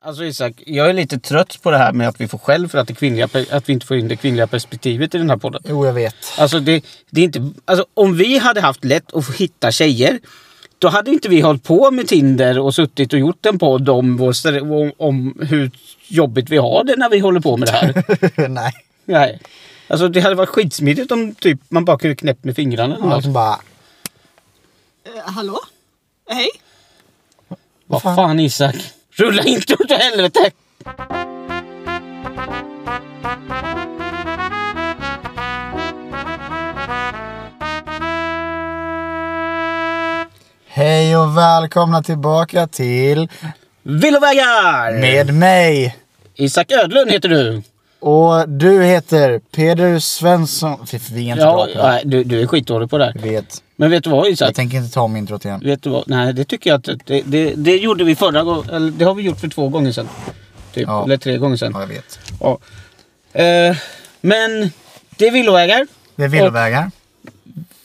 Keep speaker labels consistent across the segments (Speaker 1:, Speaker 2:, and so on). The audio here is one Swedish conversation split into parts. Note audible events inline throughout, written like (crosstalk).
Speaker 1: Alltså Isak, jag är lite trött på det här med att vi får skäll för att, det kvinnliga, pe- att vi inte får in det kvinnliga perspektivet i den här podden.
Speaker 2: Jo,
Speaker 1: (laughs)
Speaker 2: jag vet.
Speaker 1: Alltså, det, det är inte, alltså om vi hade haft lätt att hitta tjejer då hade inte vi hållit på med Tinder och suttit och gjort en podd om, vår, stre- om, om hur jobbigt vi har det när vi håller på med det
Speaker 2: (laughs)
Speaker 1: här.
Speaker 2: Nej.
Speaker 1: Nej. Alltså det hade varit skitsmidigt om typ, man bara kunde knäppa med fingrarna. eller
Speaker 2: Och
Speaker 1: något.
Speaker 2: så bara...
Speaker 3: Eh, hallå? Hej?
Speaker 1: Vad fan Isak? Rulla inte åt helvete!
Speaker 2: Hej och välkomna tillbaka till...
Speaker 1: Villovägar!
Speaker 2: Med mig!
Speaker 1: Isak Ödlund heter du.
Speaker 2: Och du heter Peder Svensson... Fy, vi är inte
Speaker 1: Ja,
Speaker 2: bra på det här.
Speaker 1: nej, du, du är skitdålig på det här.
Speaker 2: Jag vet.
Speaker 1: Men vet du vad Isak?
Speaker 2: Jag tänker inte ta om introt igen.
Speaker 1: Vet du vad? Nej, det tycker jag att... Det, det, det gjorde vi förra gången. Eller det har vi gjort för två gånger sedan. Typ.
Speaker 2: Ja.
Speaker 1: Eller tre gånger sedan.
Speaker 2: Ja, jag vet.
Speaker 1: Ja. Eh, men det är villovägar.
Speaker 2: Det är villovägar.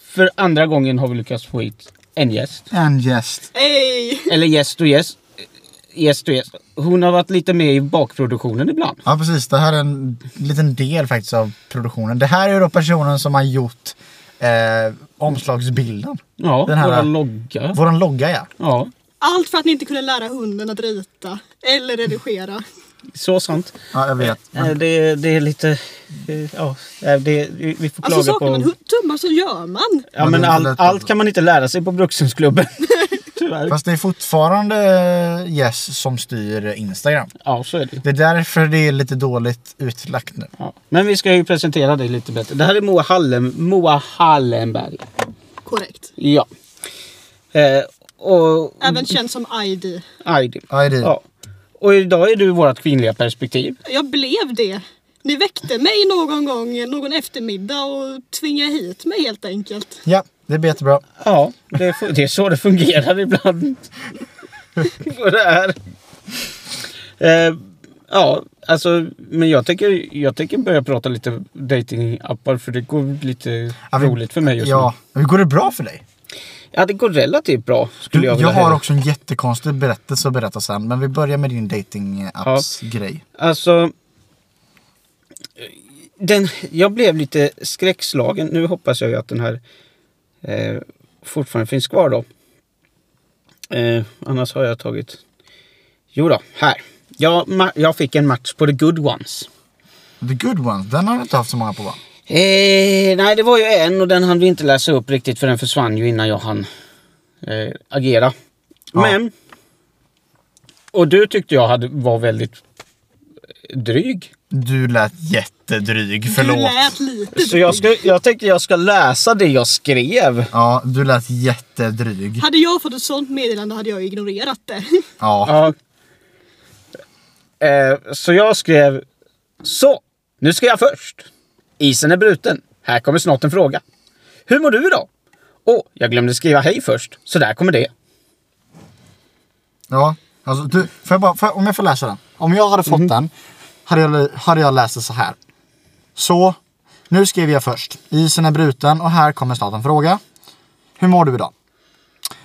Speaker 1: För andra gången har vi lyckats få hit en gäst.
Speaker 2: En gäst.
Speaker 3: Hej!
Speaker 1: Eller gäst och gäst. Eh, Gäst och gäst. Hon har varit lite med i bakproduktionen ibland.
Speaker 2: Ja, precis. Det här är en liten del faktiskt av produktionen. Det här är då personen som har gjort eh, omslagsbilden.
Speaker 1: Ja,
Speaker 2: Den här-
Speaker 1: våra logga.
Speaker 2: Våran logga, ja.
Speaker 1: Ja,
Speaker 3: Allt för att ni inte kunde lära hunden att rita eller redigera.
Speaker 1: så sant.
Speaker 2: Ja, jag vet.
Speaker 1: Eh, Det, det är lite... eh, Ja, eh, det, vi vi får klaga
Speaker 3: Alltså saknar
Speaker 1: på...
Speaker 3: man hu- tummar så gör man.
Speaker 1: Ja,
Speaker 2: Men
Speaker 1: men
Speaker 2: det är inte
Speaker 1: all, allt
Speaker 2: lätt alltså.
Speaker 1: kan man inte lära sig på Brukshundsklubben.
Speaker 2: (laughs)
Speaker 1: Tyvärr.
Speaker 2: Fast det är fortfarande eh, Yes som styr Instagram.
Speaker 1: (laughs) Ja, så är det.
Speaker 2: Det är därför det är lite dåligt utlagt nu.
Speaker 1: Ja. Men vi ska ju presentera dig lite bättre. Det här är Moa, Hallen, Moa Hallenberg.
Speaker 3: Korrekt.
Speaker 1: Ja. Eh, och
Speaker 3: Även känd som ID.
Speaker 1: Aidi.
Speaker 2: Aidi.
Speaker 1: Ja. Och idag är du vårt kvinnliga perspektiv.
Speaker 3: Jag blev det. Ni väckte mig någon gång, någon eftermiddag och tvingade hit mig helt enkelt.
Speaker 2: Ja, det blir jättebra.
Speaker 1: Ja, det, fu- det är så det fungerar ibland.
Speaker 2: (laughs)
Speaker 1: På det här. Eh, ja, alltså, men jag tänker, jag tänker börja prata lite datingappar för det går lite
Speaker 2: Ja, vi-
Speaker 1: roligt för mig just
Speaker 2: Ja,
Speaker 1: nu.
Speaker 2: hur går det bra för dig?
Speaker 1: Ja, det går relativt bra skulle jag
Speaker 2: Jag,
Speaker 1: vilja
Speaker 2: har
Speaker 1: hävda.
Speaker 2: också en jättekonstig berättelse att berätta sen, men vi börjar med din dating apps grej
Speaker 1: Alltså... Den, jag blev lite skräckslagen. Nu hoppas jag ju att den här eh, fortfarande finns kvar då. Eh, annars har jag tagit... Jo då, här. Jag, ma- jag fick en match på The Good Ones.
Speaker 2: The good ones, den har du inte haft så många på va?
Speaker 1: Eh, nej, det var ju en och den hann vi inte läsa upp riktigt för den försvann ju innan jag hann eh, agera.
Speaker 2: Ja.
Speaker 1: Men... Och du tyckte jag hade, var väldigt eh, dryg.
Speaker 2: Du lät jättedryg,
Speaker 3: Du
Speaker 2: förlåt.
Speaker 3: lät lite
Speaker 1: Så jag, ska, jag tänkte jag ska läsa det jag skrev.
Speaker 2: Ja, du lät jättedryg.
Speaker 3: Hade jag fått ett sånt meddelande hade jag ignorerat
Speaker 1: (laughs)
Speaker 3: det.
Speaker 2: Ja.
Speaker 1: Ja. Eh, så jag skrev så. Nu ska jag först. Isen är bruten. Här kommer snart en fråga. Hur mår du idag? Åh, jag glömde skriva hej först, så där kommer det.
Speaker 2: ja. Alltså, du, får jag bara, får jag, om jag får läsa den. Om jag hade fått den hade jag, hade jag läst det så här. Så, nu skriver jag först. Isen är bruten och här kommer snart en fråga. Hur mår du idag?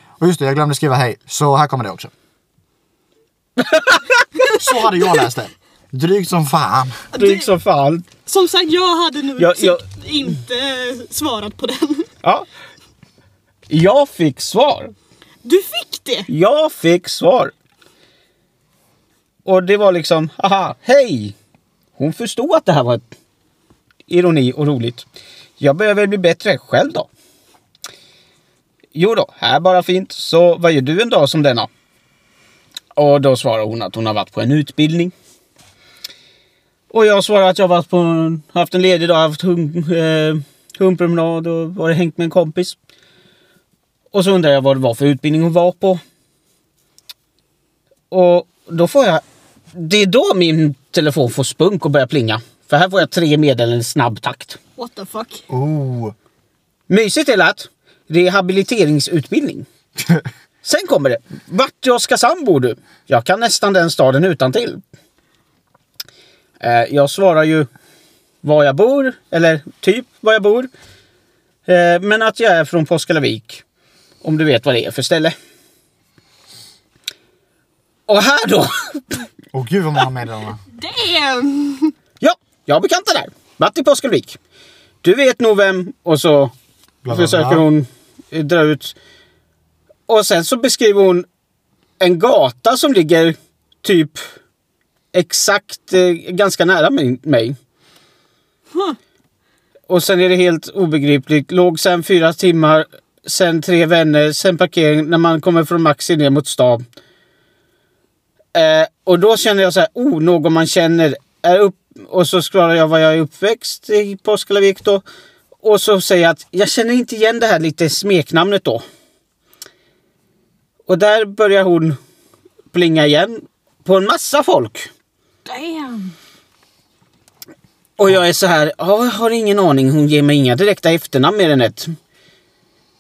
Speaker 2: Och just det, jag glömde skriva hej, så här kommer det också. så hade jag läst det. Drygt som fan.
Speaker 1: Dryg som fan.
Speaker 3: Som sagt, jag hade nog
Speaker 1: Jag- jag-
Speaker 3: säkert inte svarat på den. (laughs)
Speaker 1: Ja. Jag fick svar.
Speaker 3: Du fick det!
Speaker 1: Jag fick svar. Och det var liksom, aha, hej! Hon förstod att det här var ett ironi och roligt. Jag behöver bli bättre själv då. Jo då, här bara fint. Så vad gör du en dag som denna? Och då svarar hon att hon har varit på en utbildning. Och jag svarar att jag har varit på en, haft en ledig dag, haft hund, eh, hundpromenad och varit hängt med en kompis. Och så undrar jag vad det var för utbildning hon var på. Och då får jag... Det är då min telefon får spunk och börjar plinga. För här får jag tre meddelanden i snabb takt.
Speaker 3: What the fuck?
Speaker 2: Oh.
Speaker 1: Mysigt är det att rehabiliteringsutbildning. Sen kommer det. Vart i Oskarshamn bor du? Jag kan nästan den staden utan till. Eh, jag svarar ju var jag bor, eller typ var jag bor. Eh, men att jag är från Påskalavik. Om du vet vad det är för ställe. Och här då (laughs)
Speaker 2: Åh gud vad många meddelanden.
Speaker 3: Damn! (laughs)
Speaker 1: Ja, jag har bekanta där. Matti Påskelvik. Du vet nog vem... Och så
Speaker 2: bla, bla.
Speaker 1: försöker hon eh, dra ut... Och sen så beskriver hon en gata som ligger typ exakt eh, ganska nära min- mig.
Speaker 3: Huh.
Speaker 1: Och sen är det helt obegripligt. Låg sen fyra timmar, sen tre vänner, sen parkering när man kommer från Maxi ner mot stan. Eh, och då känner jag så här, oh, någon man känner. Är upp, och så scrollar jag var jag är uppväxt i Påskalavik då. Och så säger jag att jag känner inte igen det här lite smeknamnet då. Och där börjar hon plinga igen på en massa folk.
Speaker 3: Damn!
Speaker 1: Och jag är så här, ja, jag har ingen aning, hon ger mig inga direkta efternamn mer än ett.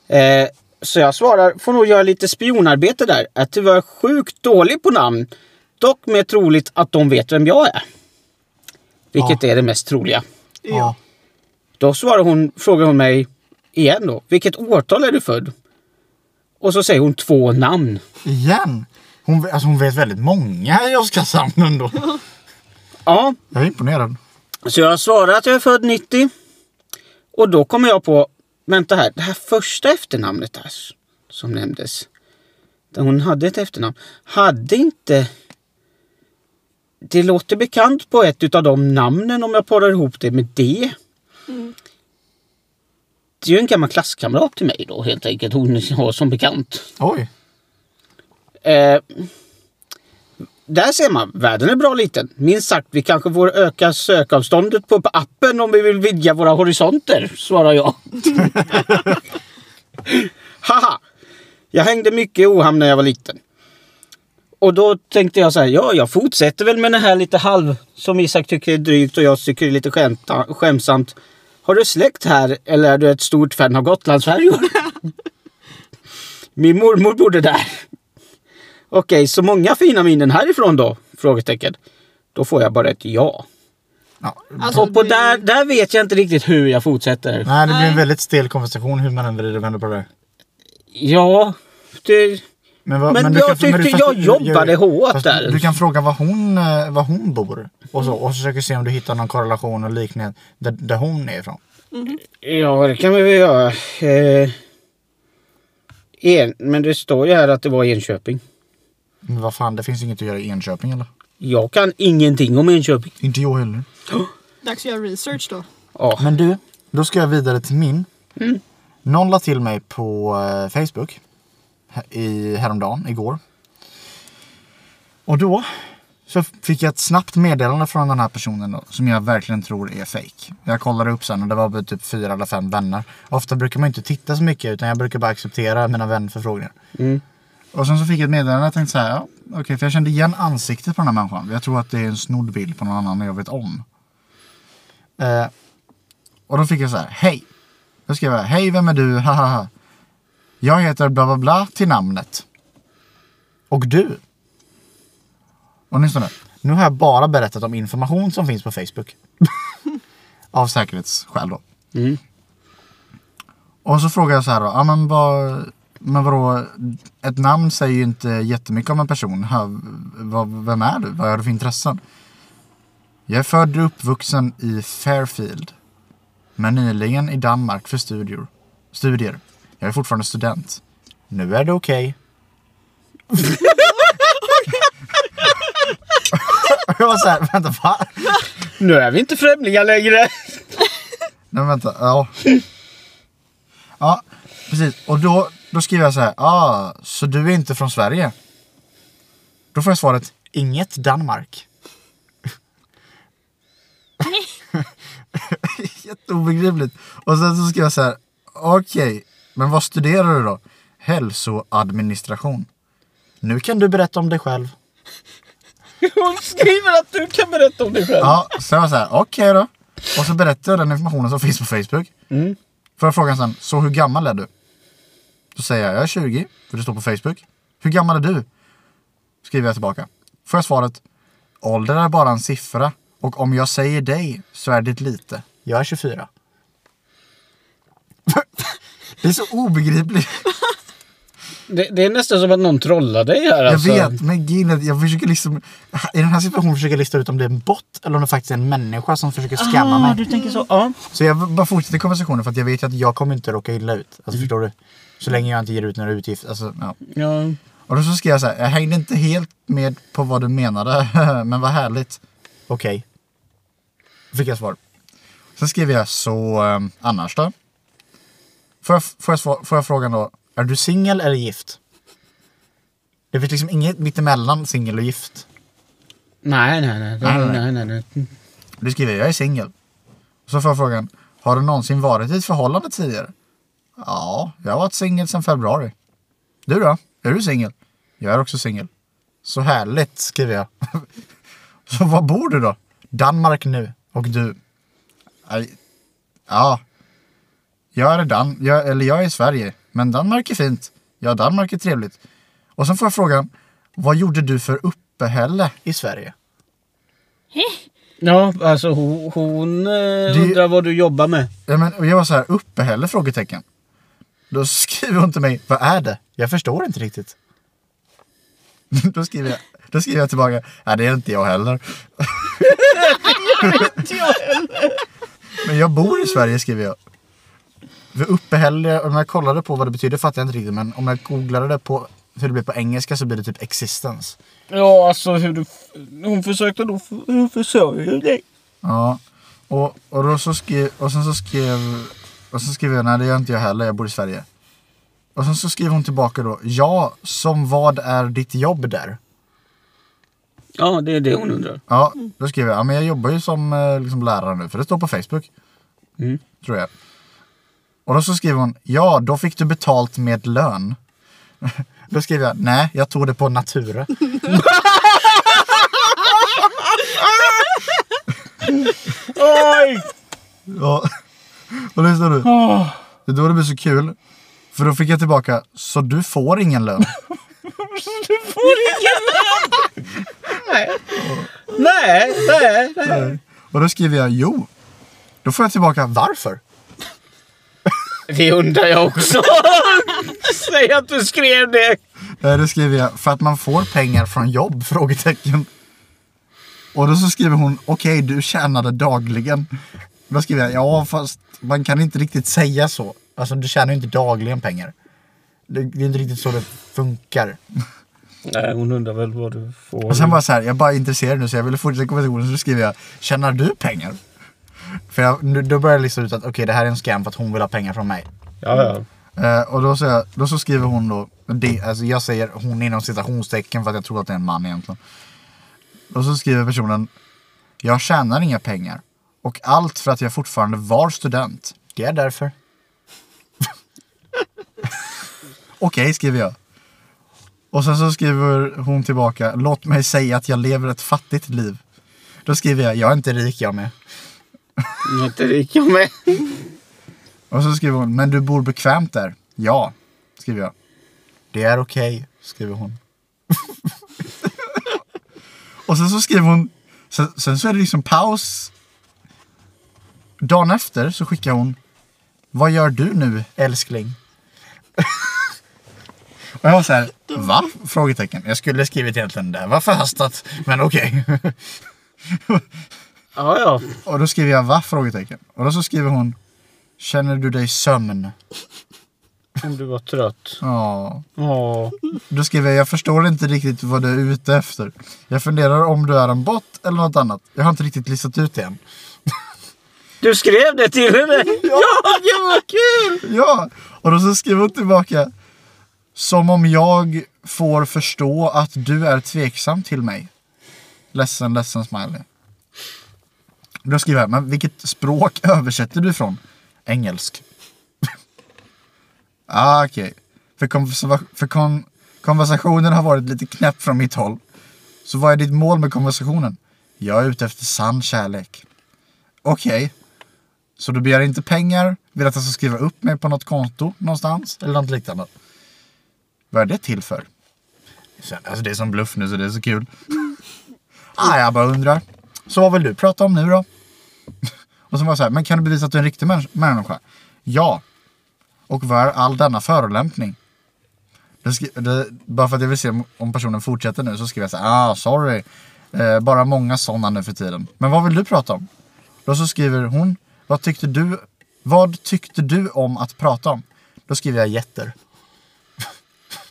Speaker 1: Eh, så jag svarar, får nog göra lite spionarbete där, är tyvärr sjukt dålig på namn. Dock mer troligt att de vet vem jag är. Vilket är det mest troliga.
Speaker 2: Ja.
Speaker 1: Då svarar hon, frågar hon mig igen då, vilket årtal är du född? Och så säger hon två namn.
Speaker 2: Igen? Hon, alltså hon vet väldigt många i Oskarshamn ändå.
Speaker 1: Ja,
Speaker 2: Jag är imponerad.
Speaker 1: Så jag svarar att jag är född 90. Och då kommer jag på, vänta här, det här första efternamnet här som nämndes. Där hon hade ett efternamn. Hade inte... Det låter bekant på ett utav de namnen om jag parar ihop det med det. Det är ju en gammal klasskamrat till mig då helt enkelt. Hon har som bekant.
Speaker 2: Oj.
Speaker 1: Eh, där ser man, världen är bra liten. Minst sagt, vi kanske får öka sökavståndet på appen om vi vill vidga våra horisonter, svarar jag. (laughs) Haha! Jag hängde mycket i Ohamn när jag var liten. Och då tänkte jag så här, ja jag fortsätter väl med den här lite halv, som Isak tycker är drygt och jag tycker är lite skämta, skämsamt. Har du släkt här eller är du ett stort fan av Gotlandsfärjor? (laughs) Min mormor bodde där. Okej, så många fina minnen härifrån då? Frågetecken. Då får jag bara ett ja.
Speaker 2: Ja.
Speaker 3: Alltså,
Speaker 1: Och på
Speaker 3: det-
Speaker 1: där, där vet jag inte riktigt hur jag fortsätter.
Speaker 2: Nej, det blir en
Speaker 3: Nej.
Speaker 2: väldigt stel konversation hur man än vrider och vänder på det.
Speaker 1: Ja, det...
Speaker 2: Men, vad-
Speaker 1: Men jag tyckte jag jobbade hårt
Speaker 2: fast
Speaker 1: där.
Speaker 2: Du kan fråga var hon, eh, var hon bor och så och försöka se om du hittar någon korrelation och liknande där, där hon är ifrån.
Speaker 1: Ja, det kan vi väl göra. Eh, en, men det står ju här att det var Enköping.
Speaker 2: Men vad fan, det finns inget att göra i Enköping eller?
Speaker 1: Jag kan ingenting om Enköping.
Speaker 2: Inte jag heller.
Speaker 3: Dags att göra research då.
Speaker 1: Ja.
Speaker 2: Men du, då ska jag vidare till min. Någon la till mig på eh, Facebook här- i, häromdagen, igår. Och då så f- fick jag ett snabbt meddelande från den här personen då, som jag verkligen tror är fake. Jag kollade upp sen och det var väl typ fyra eller fem vänner. Ofta brukar man inte titta så mycket utan jag brukar bara acceptera mina vänförfrågningar. Och sen så fick jag ett meddelande och jag tänkte så här, ja, okej, för jag kände igen ansiktet på den här människan. Jag tror att det är en snodd bild på någon annan jag vet om. Eh, och då fick jag så här, hej. Då skrev jag, hej vem är du, hahaha. Jag heter bla bla bla till namnet. Och du. Och lyssna nu. Nu har jag bara berättat om information som finns på Facebook. Av säkerhetsskäl då. Och så frågar jag så här då, ja men vad, men vadå, ett namn säger ju inte jättemycket om en person. Ha, vad, vem är du? Vad har du för intressen? Jag är född och uppvuxen i Fairfield. Men nyligen i Danmark för studier. studier. Jag är fortfarande student. Nu är det okej. (laughs) Och jag var såhär, vänta va?
Speaker 1: Nu är vi inte främlingar längre.
Speaker 2: Nej vänta, ja. Ja, precis. Och då, då skriver jag så här, ah, så du är inte från Sverige? Då får jag svaret, inget Danmark. (laughs) Jätteobegripligt. Och sen så skriver jag så här, okej, men vad studerar du då? Hälsoadministration. Nu kan du berätta om dig själv.
Speaker 1: Hon skriver att du kan berätta om dig själv.
Speaker 2: Ja, så jag var så här, okej då. Och så berättade jag den informationen som finns på Facebook.
Speaker 1: Mm.
Speaker 2: Får jag frågan sen, så hur gammal är du? Då säger jag, jag är 20, för det står på Facebook. Hur gammal är du? Skriver jag tillbaka. Får jag svaret, ålder är bara en siffra. Och om jag säger dig så är det lite. Jag är (laughs) 24. det är så obegripligt.
Speaker 1: Det, det är nästan som att någon trollar dig här
Speaker 2: Jag
Speaker 1: alltså.
Speaker 2: vet, men grejen är att jag försöker liksom... I den här situationen försöker jag lista ut om det är en bot eller om det faktiskt är en människa som försöker skamma mig.
Speaker 1: Du tänker så? Ja.
Speaker 2: Så jag bara fortsätter konversationen för att jag vet att jag kommer inte råka illa ut. Alltså förstår du? Så länge jag inte ger ut några utgifter. Alltså, ja.
Speaker 1: ja.
Speaker 2: Och då så skrev jag så här, jag hängde inte helt med på vad du menade, (laughs) men vad härligt. Okej. Fick jag svar. Sen skrev jag så, eh, annars då? Får jag, får, jag svar, får jag frågan då, är du singel eller gift? Det finns liksom inget mittemellan singel och gift.
Speaker 1: Nej, nej, nej.
Speaker 2: Nej,
Speaker 1: Nej,
Speaker 2: nej.
Speaker 1: nej, nej. nej.
Speaker 2: Du skriver, jag är singel. Så får jag frågan, har du någonsin varit i ett förhållande tidigare? Ja, jag har varit singel sedan februari. Du då? Är du singel? Jag är också singel. Så härligt, skriver jag. (laughs) Så var bor du då? Danmark nu. Och du? Nej. Ja. Jag är, i Dan- jag, eller jag är i Sverige, men Danmark är fint. Ja, Danmark är trevligt. Och sen får jag frågan, vad gjorde du för uppehälle i Sverige?
Speaker 1: Ja, alltså hon, hon eh, undrar vad du jobbar med.
Speaker 2: Ja, men, och jag var så här, uppehälle? Frågetecken. Då skriver hon till mig, vad är det? Jag förstår inte riktigt. (laughs) då, skriver jag, då skriver jag tillbaka, nej det är inte jag heller. men jag bor i Sverige skriver jag. För uppehälle, om jag kollade på vad det betyder fattar jag inte riktigt men om jag googlade det på hur det blir på engelska så blir det typ existence.
Speaker 1: Ja, alltså hur du... Hon försökte då... Hon försörjer dig.
Speaker 2: Ja, och, och, då så skrev, och sen så skrev och sen skrev jag nej det gör inte jag heller, jag bor i Sverige. Och sen så skrev hon tillbaka då, ja, som vad är ditt jobb där?
Speaker 1: Ja, det är det hon undrar.
Speaker 2: Ja, då skrev jag, ja men jag jobbar ju som eh, liksom, lärare nu, för det står på Facebook.
Speaker 1: Mm.
Speaker 2: Tror jag. Och då så skrev hon, ja då fick du betalt med lön. (laughs) då skrev jag, nej jag tog det på Natura.
Speaker 1: Oj!
Speaker 2: Ja. Och lyssna nu.
Speaker 1: Ah.
Speaker 2: Det är då det blir så kul. För då fick jag tillbaka, så du får ingen lön.
Speaker 1: Nej, nej, nej.
Speaker 2: Och då skriver jag jo. Då får jag tillbaka varför.
Speaker 1: Det undrar jag också. (laughs) Säg att du skrev det.
Speaker 2: Eh, Då skriver jag för att man får pengar från jobb? (laughs) Frågetecken. Och då så skriver hon okej du tjänade dagligen. Då skriver jag ja fast man kan inte riktigt säga så. Alltså du tjänar ju inte dagligen pengar. Det, det är inte riktigt så det funkar.
Speaker 1: Nej, hon undrar väl vad du får.
Speaker 2: Och sen var jag så här, jag är bara intresserad nu så jag ville fortsätta konversationen så då skrev jag Tjänar du pengar? För jag, nu- då började jag lista ut att okej det här är en scam för att hon vill ha pengar från mig.
Speaker 1: Ja, ja.
Speaker 2: Eh, och då, säger, jag- då så skriver hon då, det, alltså jag säger hon inom citationstecken för att jag tror att det är en man egentligen. Och så skriver personen, jag tjänar inga pengar. Och allt för att jag fortfarande var student. Det är därför. (laughs) Okej, skriver jag. Och sen så skriver hon tillbaka, låt mig säga att jag lever ett fattigt liv. Då skriver jag, jag är inte rik jag med.
Speaker 1: Inte rik jag med.
Speaker 2: Och så skriver hon, men du bor bekvämt där? Ja, skriver jag. Det är okej, skriver hon. (laughs) och sen så skriver hon, sen, sen så är det liksom paus. Dagen efter så skickar hon, vad gör du nu älskling? (laughs) och jag var så här, va? Frågetecken. Jag skulle skrivit egentligen det här var förhastat, men okej. (laughs)
Speaker 1: Ja, ja.
Speaker 2: Och då skriver jag va? Frågetecken. Och då så skriver hon, känner du dig sömn?
Speaker 1: Om du var trött.
Speaker 2: Ja.
Speaker 1: Ja.
Speaker 2: Då skriver jag, jag förstår inte riktigt vad du är ute efter. Jag funderar om du är en bot eller något annat. Jag har inte riktigt listat ut det än.
Speaker 1: Du skrev det till henne? Ja, ja vad kul!
Speaker 2: Ja, och då så skriver hon tillbaka. Som om jag får förstå att du är tveksam till mig. Ledsen, ledsen smiley. Då skriver jag, men vilket språk översätter du från? Engelsk. (laughs) ah, okej. För, konversa- för kon- konversationen har varit lite knäpp från mitt håll. Så vad är ditt mål med konversationen? Jag är ute efter sann kärlek. Okej. Så du begär inte pengar, vill att jag ska skriva upp mig på något konto någonstans eller något liknande. Vad är det till för? Så, Alltså det är som bluff nu så det är så kul. ah, jag bara undrar. Så vad vill du prata om nu då? (laughs) Och så var jag så här, men kan du bevisa att du är en riktig männis- människa? Ja. Och vad är all denna förolämpning? Jag skri- det, bara för att jag vill se om- om personen fortsätter nu så skriver jag så här, ah sorry. Eh, bara många sådana nu för tiden. Men vad vill du prata om? Då så skriver hon, vad tyckte du, vad tyckte du om att prata om? Då skriver jag jätter.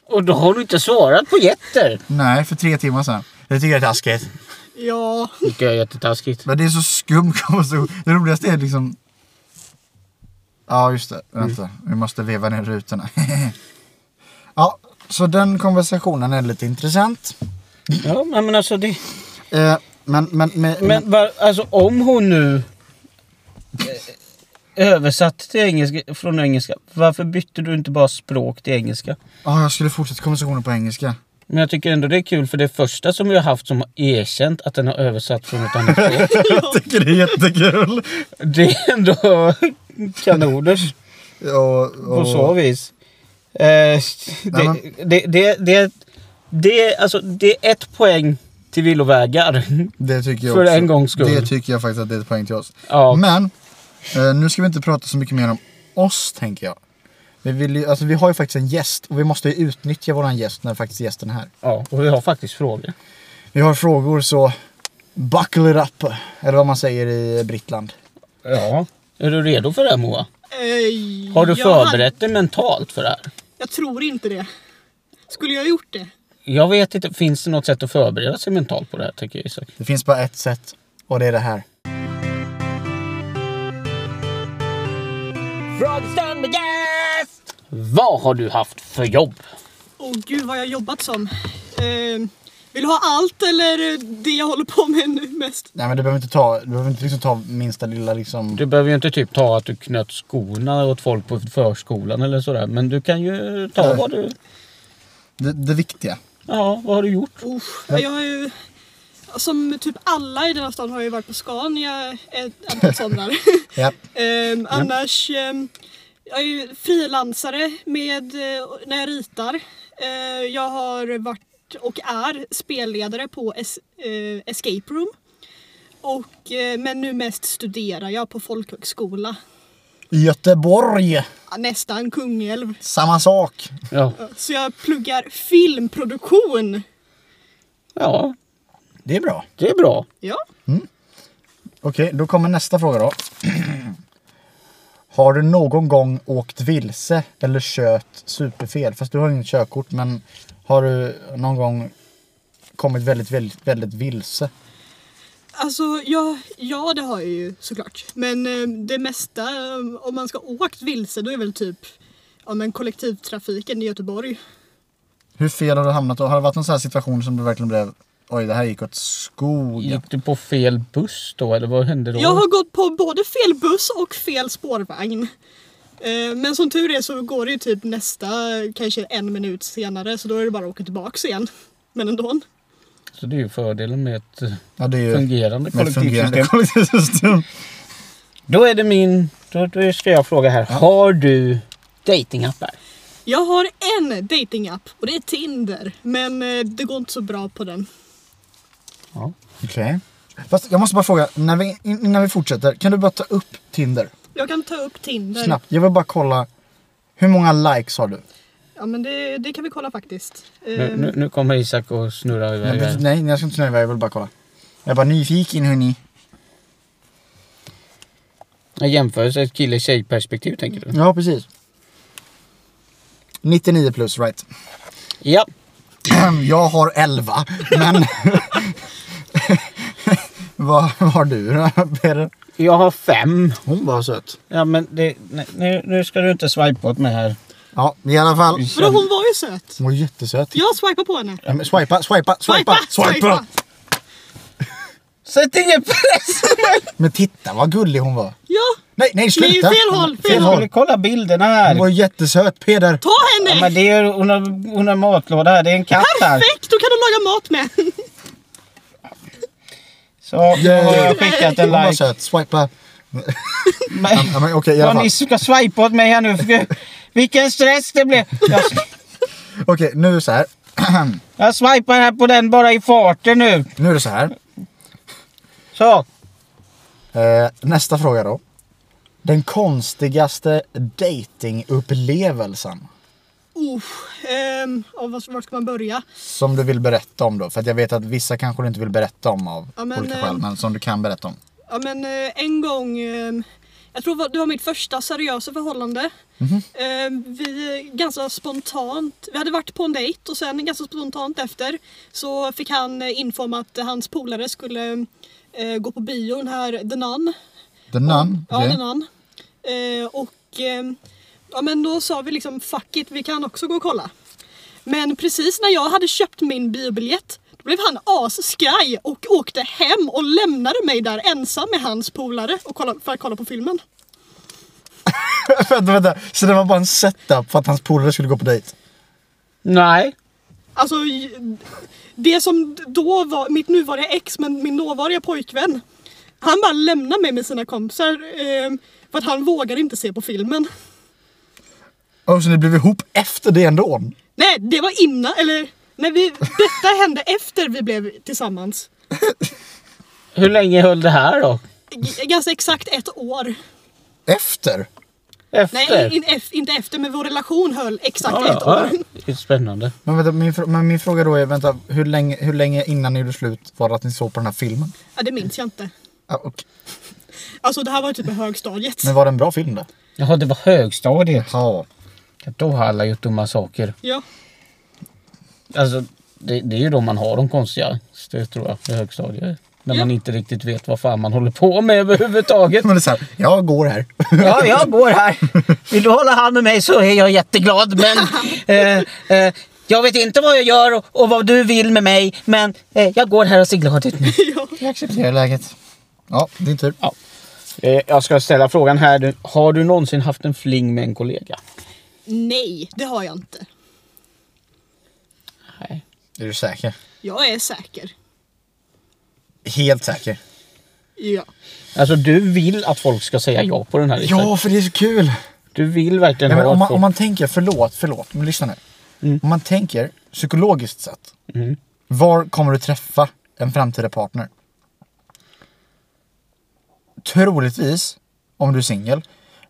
Speaker 1: Och då har du inte svarat på jätter.
Speaker 2: Nej, för tre timmar sedan. Det tycker jag är taskigt.
Speaker 3: Ja,
Speaker 1: Tycker jag är jättetaskigt.
Speaker 2: Men det är så skumt konversation. Det roligaste är liksom... Ja, just det. Vänta. Vi måste veva ner rutorna. (laughs) ja, så den konversationen är lite intressant.
Speaker 1: Ja, men men alltså det...
Speaker 2: Eh, men, men, men,
Speaker 1: Men var, alltså om hon nu eh, översatt till engelska, från engelska, varför bytte du inte bara språk till engelska?
Speaker 2: Ja, jag skulle fortsätta konversationen på engelska.
Speaker 1: Men jag tycker ändå det är kul för det är första som vi har haft som har erkänt att den har översatt från ett annat språk.
Speaker 2: jag tycker det är jättekul.
Speaker 1: Det är ändå kanoners
Speaker 2: Och,
Speaker 1: på
Speaker 2: och,
Speaker 1: så vis. Eh, det,
Speaker 2: men-
Speaker 1: det, det, det, det, alltså, det är ett poäng till villovägar. (laughs)
Speaker 2: det tycker jag
Speaker 1: för
Speaker 2: också.
Speaker 1: en gångs skull.
Speaker 2: Det tycker jag faktiskt att det är ett poäng till oss.
Speaker 1: Ja.
Speaker 2: Men, eh, nu ska vi inte prata så mycket mer om oss tänker jag. Vi, vill ju, alltså, vi har ju faktiskt en gäst och vi måste ju utnyttja våran gäst när faktiskt gästen är här.
Speaker 1: Ja, och vi har faktiskt frågor.
Speaker 2: Vi har frågor så buckle it up. Eller vad man säger i Brittland.
Speaker 1: Ja. Är du redo för det här Moa?
Speaker 3: eh,
Speaker 1: Har du
Speaker 3: jag hade-
Speaker 1: förberett dig mentalt för det här?
Speaker 3: Jag tror inte det. Skulle jag ha gjort det?
Speaker 1: Jag vet inte, finns det något sätt att förbereda sig mentalt på det här tycker jag Isak?
Speaker 2: Det finns bara ett sätt och det är det här.
Speaker 1: Frågestund med gäst! Vad har du haft för jobb?
Speaker 3: Åh gud vad jag har jobbat som. Eh, vill du ha allt eller det jag håller på med nu mest?
Speaker 2: Nej men du behöver inte ta, du behöver inte liksom ta minsta lilla liksom.
Speaker 1: Du behöver ju inte typ ta att du knöt skorna åt folk på förskolan eller sådär. Men du kan ju ta
Speaker 2: Nej.
Speaker 1: vad du...
Speaker 2: Det, det viktiga.
Speaker 1: Ja, vad har du gjort?
Speaker 3: Usch, jag har ju... Som typ alla i den här stan har jag ju varit på Scania ett antal somrar. (laughs)
Speaker 2: Ja.
Speaker 3: Ehm, annars, ehm, jag är ju frilansare med, eh, när jag ritar. Eh, jag har varit och är spelledare på es, eh, Escape Room. Och, eh, men nu mest studerar jag på folkhögskola.
Speaker 2: I Göteborg,
Speaker 3: Ja, Nästan Kungälv.
Speaker 2: samma sak.
Speaker 1: Ja.
Speaker 3: Så jag pluggar filmproduktion.
Speaker 1: ja,
Speaker 2: Det är bra.
Speaker 1: det är bra.
Speaker 3: Ja.
Speaker 2: Okej, då kommer nästa fråga då. (clears throat) Har du någon gång åkt vilse eller kört superfel? Fast du har inget körkort men har du någon gång kommit väldigt, väldigt, väldigt vilse?
Speaker 3: Alltså, ja, ja det har jag ju såklart. Men eh, det mesta, eh, om man ska ha åkt vilse, då är väl typ ja, men kollektivtrafiken i Göteborg.
Speaker 2: Hur fel har du hamnat då? Har det varit någon sån här situation som du verkligen blev Oj, det här gick åt skogen.
Speaker 1: Gick du på fel buss då eller vad hände då?
Speaker 3: Jag har gått på både fel buss och fel spårvagn. Eh, Men som tur är så går det ju typ nästa, eh, kanske en minut senare, så då är det bara att åka tillbaks igen. Men ändå.
Speaker 1: Så det är ju fördelen med ett eh,
Speaker 2: Ja, det är ju
Speaker 1: fungerande
Speaker 2: med ett fungerande
Speaker 1: kollektivsystem.
Speaker 2: (laughs) kollektivsystem.
Speaker 1: Då är det min... Då, då ska jag fråga här. Har du datingappar?
Speaker 3: Jag har en datingapp och det är Tinder. Men eh, det går inte så bra på den.
Speaker 1: Ja.
Speaker 2: Okej. Fast jag måste bara fråga, när vi, innan vi fortsätter, kan du bara ta upp Tinder?
Speaker 3: Jag kan ta upp Tinder.
Speaker 2: Snabbt. Jag vill bara kolla, hur många likes har du?
Speaker 3: Ja men det, det kan vi kolla faktiskt. Eh,
Speaker 1: Nu, nu, nu kommer Isak och snurrar
Speaker 2: Nej,
Speaker 1: iväg.
Speaker 2: men-
Speaker 1: här.
Speaker 2: nej, jag ska inte snöa iväg, jag vill bara kolla. Jag är bara nyfiken hörni.
Speaker 1: En jämförelse, ett kille-tjej-perspektiv tänker du?
Speaker 2: Ja, precis. 99 plus, right. (clears throat)
Speaker 1: Ja.
Speaker 2: Jag har 11, men... (laughs) vad, vad har du då, Peder?
Speaker 1: Jag har fem.
Speaker 2: Hon var söt.
Speaker 1: Ja men det, nej, nu, nu ska du inte swipa åt mig här.
Speaker 2: Ja, i alla fall.
Speaker 3: Vadå hon var ju söt.
Speaker 2: Hon var jättesöt.
Speaker 3: Jag swipar på henne.
Speaker 2: Ja, men swipa, swipa, swipa, swipa!
Speaker 1: Sätt ingen press!
Speaker 2: Men titta vad gullig hon var.
Speaker 3: Ja,
Speaker 2: Nej, nej
Speaker 3: Nej,
Speaker 2: sluta!
Speaker 3: fel håll, fel
Speaker 1: Jag
Speaker 3: håll.
Speaker 1: skulle kolla bilderna
Speaker 2: Hon var
Speaker 1: här.
Speaker 2: jättesöt, Peder.
Speaker 3: ta henne!
Speaker 1: Ja, men det är, hon, har, hon har matlåda här, det är en katt här.
Speaker 3: Perfekt, då kan du laga mat med. (laughs)
Speaker 1: Så nu har jag
Speaker 2: Yay.
Speaker 1: skickat
Speaker 2: Hon
Speaker 1: en
Speaker 2: var
Speaker 1: like.
Speaker 2: söt, swipa.
Speaker 1: Men,
Speaker 2: Ja, men okej, i alla
Speaker 1: vad
Speaker 2: fall.
Speaker 1: ni ska swipa åt mig här nu. för- Vilken stress det blev. Jag,
Speaker 2: Okej, nu är det så här. (clears throat)
Speaker 1: jag swipar här på den bara i farten nu.
Speaker 2: Nu är det så här.
Speaker 1: Så.
Speaker 2: Eh, nästa fråga då. Den konstigaste datingupplevelsen.
Speaker 3: Oh, ehm, ja, vart vart ska man börja?
Speaker 2: Som du vill berätta om då? För att jag vet att vissa kanske du inte vill berätta om av
Speaker 3: Ja, men,
Speaker 2: olika
Speaker 3: eh,
Speaker 2: skäl, men som du kan berätta om.
Speaker 3: Ja men eh, en gång, eh, jag tror det var mitt första seriösa förhållande. Eh, Vi eh, ganska spontant, vi hade varit på en dejt och sen ganska spontant efter så fick han eh, info om att hans polare skulle eh, gå på bion här, The Nun.
Speaker 2: The Nun?
Speaker 3: Ja,
Speaker 2: okej.
Speaker 3: The Nun. Eh, Och eh, ja men då sa vi liksom fuck it, vi kan också gå och kolla. Men precis när jag hade köpt min biobiljett då blev han asskraj och åkte hem och lämnade mig där ensam med hans polare och kolla, för att kolla på filmen.
Speaker 2: (laughs) vänta, vänta. Så det var bara en setup för att hans polare skulle gå på dejt?
Speaker 1: Nej.
Speaker 3: Alltså j- det som då var mitt nuvarande ex men min dåvarande pojkvän. Han bara lämnade mig med sina kompisar eh, för att han vågade inte se på filmen.
Speaker 2: Och så ni blev ihop efter det ändå?
Speaker 3: Nej, det var innan, eller nej, vi, detta hände efter vi blev tillsammans.
Speaker 1: Hur länge höll det här då?
Speaker 3: G- ganska exakt ett år.
Speaker 2: Efter?
Speaker 1: Efter?
Speaker 3: Nej, in, eff- inte efter, men vår relation höll exakt
Speaker 1: ja,
Speaker 3: ett
Speaker 1: ja,
Speaker 3: år.
Speaker 1: ja. Det är spännande.
Speaker 2: Men, vänta, min, fr- men min fråga då är, vänta, hur länge, hur länge innan ni gjorde slut var det att ni såg på den här filmen?
Speaker 3: Ja, det minns jag inte.
Speaker 2: Ah, okej.
Speaker 3: Alltså det här var ju typ i högstadiet.
Speaker 2: Men var det en bra film då?
Speaker 1: Jaha, det var högstadiet.
Speaker 2: Ja.
Speaker 1: Då har alla gjort dumma saker.
Speaker 3: Ja. (laughs)
Speaker 1: Alltså, det, det är ju då man har de konstiga stöt tror jag, i högstadiet. När man
Speaker 3: Ja.
Speaker 1: inte riktigt vet vad fan man håller på med (laughs) överhuvudtaget.
Speaker 2: Men det är såhär, jag går här.
Speaker 1: Ja, jag går här. Vill du hålla hand med mig så är jag jätteglad. (laughs) Men eh, eh, jag vet inte vad jag gör och, och vad du vill med mig. Men eh, jag går här och ser glad ut nu.
Speaker 3: ja.
Speaker 2: Jag accepterar läget. Ja, din tur.
Speaker 1: Ja. Eh, Jag ska ställa frågan här. nu. Har du någonsin haft en fling med en kollega?
Speaker 3: Nej, det har jag inte.
Speaker 1: Nej.
Speaker 2: Är du säker?
Speaker 3: Jag är säker.
Speaker 2: Helt säker.
Speaker 3: Ja.
Speaker 1: Alltså du vill att folk ska säga ja på den här listan.
Speaker 2: Ja, för det är så kul!
Speaker 1: Du vill verkligen
Speaker 2: Nej, men
Speaker 1: ha
Speaker 2: om,
Speaker 1: att
Speaker 2: man,
Speaker 1: folk-
Speaker 2: om man tänker, förlåt, förlåt, men lyssna nu. Om man tänker psykologiskt sett, var kommer du träffa en framtida partner? Troligtvis, om du är singel,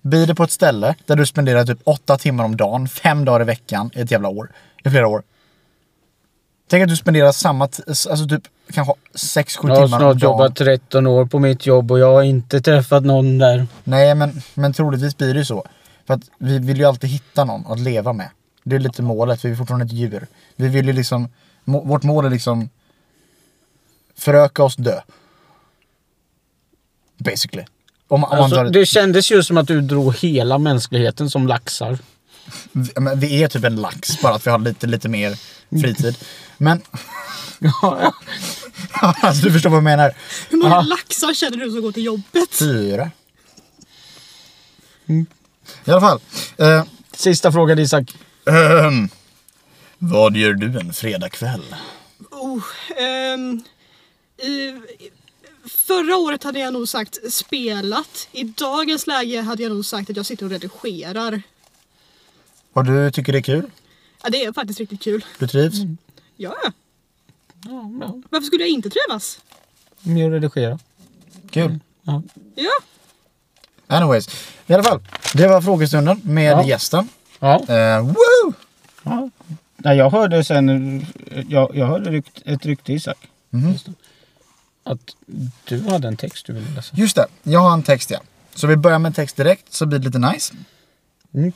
Speaker 2: blir det på ett ställe där du spenderar typ åtta timmar om dagen, fem dagar i veckan i ett jävla år, i flera år. Tänk att du spenderar samma, t- alltså typ kanske sex sju
Speaker 1: Jag har
Speaker 2: timmar om
Speaker 1: snart
Speaker 2: dagen.
Speaker 1: jobbat 13 år på mitt jobb och jag har inte träffat någon där.
Speaker 2: Nej, men, men troligtvis blir det ju så. För att vi vill ju alltid hitta någon att leva med. Det är lite målet, vi är fortfarande ett djur. Vi vill ju liksom, må, vårt mål är liksom föröka oss dö. Basically. Om, om
Speaker 1: Alltså,
Speaker 2: man tar,
Speaker 1: det kändes ju som att du drog hela mänskligheten som (laughs) laxar.
Speaker 2: vi, men vi är typ en lax, bara att vi har lite, lite mer fritid. Men, (laughs) alltså, du förstår vad jag menar.
Speaker 3: Hur många
Speaker 1: Ja.
Speaker 3: laxar känner du som går till jobbet?
Speaker 2: Fyra.
Speaker 1: Mm.
Speaker 2: I alla fall. Eh, (clears throat)
Speaker 1: Sista frågan Isak.
Speaker 2: ehm, vad gör du en fredagkväll?
Speaker 3: Oh, ehm, i, förra året hade jag nog sagt spelat. I dagens läge hade jag nog sagt att jag sitter och redigerar.
Speaker 2: Och du tycker det är kul?
Speaker 3: Ja, det är faktiskt riktigt kul.
Speaker 2: Du trivs?
Speaker 3: Ja, ja. Varför skulle jag inte trivas?
Speaker 1: Mer att redigera.
Speaker 2: Kul.
Speaker 1: Ja.
Speaker 3: Ja.
Speaker 2: Anyways, i alla fall. Det var frågestunden med
Speaker 1: Ja.
Speaker 2: gästen.
Speaker 1: Ja.
Speaker 2: Eh, woo!
Speaker 1: ja. Nej, jag hörde sen, jag, jag hörde rykt, ett rykte Isak. Just det. Mhm. Att du hade en text du ville läsa.
Speaker 2: Just det, jag har en text ja. Så vi börjar med en text direkt så blir det lite nice.
Speaker 1: Mm.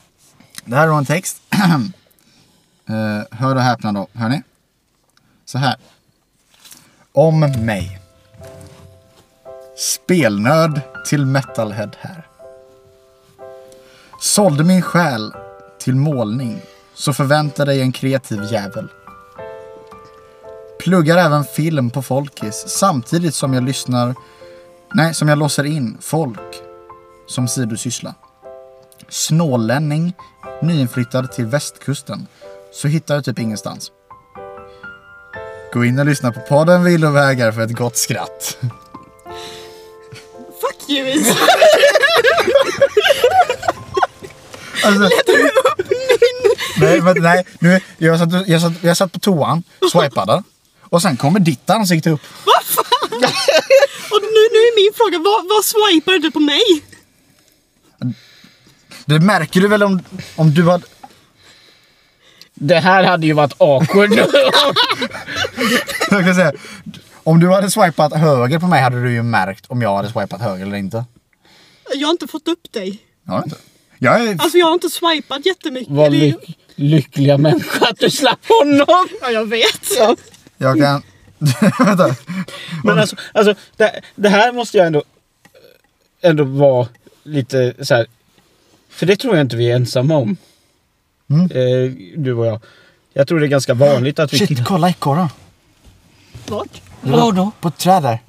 Speaker 2: Det här är en text. (clears throat) Eh, hör och häpna då, hör ni? Så här. Om mig. Spelnörd till metalhead här. Sålde min själ till målning så förvänta dig en kreativ jävel. Pluggar även film på Folkis samtidigt som jag lyssnar Nej, som jag låser in folk som sidosyssla. Snålänning, nyinflyttad till västkusten, så hittar jag typ ingenstans. Gå in och lyssna på podden Villovägar för ett gott skratt. (laughs)
Speaker 3: Fuck you (laughs) Isak!
Speaker 2: Alltså, nej, men, nej, nu, jag, satt, jag, satt, jag satt på toan, swipade och sen kommer ditt ansikte upp.
Speaker 3: Och nu, nu är min fråga, vad, vad swipade du på mig?
Speaker 2: Det märker du väl om, om du har...
Speaker 1: Det här hade ju varit awkward.
Speaker 2: (laughs) Jag kan säga, om du hade swipat höger på mig hade du ju märkt om jag hade swipat höger eller inte.
Speaker 3: Jag har inte fått upp dig.
Speaker 2: Jag har inte. Jag är...
Speaker 3: Alltså jag har inte swipat
Speaker 1: (laughs)
Speaker 3: jättemycket.
Speaker 1: Vad
Speaker 3: Det är-
Speaker 1: lyck- (laughs) lyckliga människa att du slapp honom.
Speaker 3: Ja, jag vet.
Speaker 2: Jag kan... (laughs) Vänta.
Speaker 1: Men alltså, alltså det, det här måste jag ändå, ändå vara lite så här. För det tror jag inte vi är ensamma om. Eh, du och jag. Jag tror det är ganska vanligt att vi...
Speaker 2: Shit, kolla ekorren.
Speaker 3: Vart?
Speaker 1: Vadå?
Speaker 2: På ett träd där.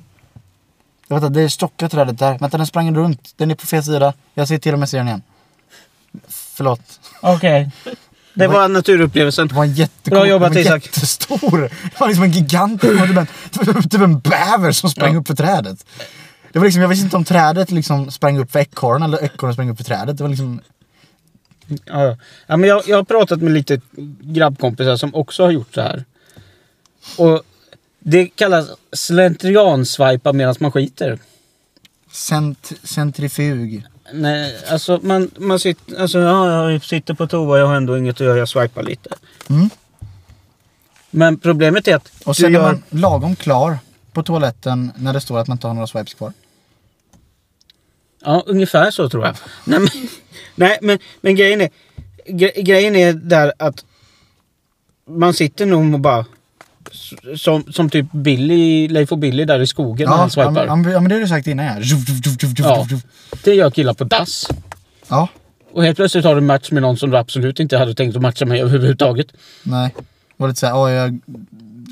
Speaker 2: Jag vet att det är stockar trädet där. Vänta, den sprang runt. Den är på fel sida. Jag ser till och med se den igen. Förlåt.
Speaker 1: Okej. Det var naturupplevelsen.
Speaker 2: Det var en jättecool,
Speaker 1: Bra jobbat,
Speaker 2: den var
Speaker 1: Isak.
Speaker 2: jättestor. Det var liksom en gigant, det var typ en, typ en bäver som sprang upp för trädet. Det var liksom, jag visste inte om trädet liksom sprang upp för ekorren eller ekorren sprang upp för trädet. Det var liksom,
Speaker 1: Ja, ja. ja, men jag, jag har pratat med lite grabbkompisar som också har gjort så här. Och det kallas slentriansvajpa medan man skiter.
Speaker 2: cent, centrifug.
Speaker 1: Nej, alltså man, man sitter, alltså, ja, jag sitter på toa, jag har ändå inget att göra, jag swipar lite.
Speaker 2: Mm.
Speaker 1: Men problemet är att
Speaker 2: Och
Speaker 1: du
Speaker 2: sen är
Speaker 1: gör...
Speaker 2: man lagom klar på toaletten när det står att man inte har några swipes kvar.
Speaker 1: Ja, ungefär så tror jag. Nej, men, nej, men, men grejen, är, gre- grejen är där att man sitter nog och bara... s- Som, som typ Billy, Leif och Billy där i skogen när han
Speaker 2: ja, men,
Speaker 1: swipar.
Speaker 2: ja, men ja, men det har du sagt innan ja. Tjuff, tjuff, tjuff, tjuff, tjuff,
Speaker 1: Ja,
Speaker 2: tjuff.
Speaker 1: det gör killar på dass.
Speaker 2: ja.
Speaker 1: Och helt plötsligt har du en match med någon som du absolut inte hade tänkt att matcha med överhuvudtaget.
Speaker 2: Nej. Det var lite såhär, åh jag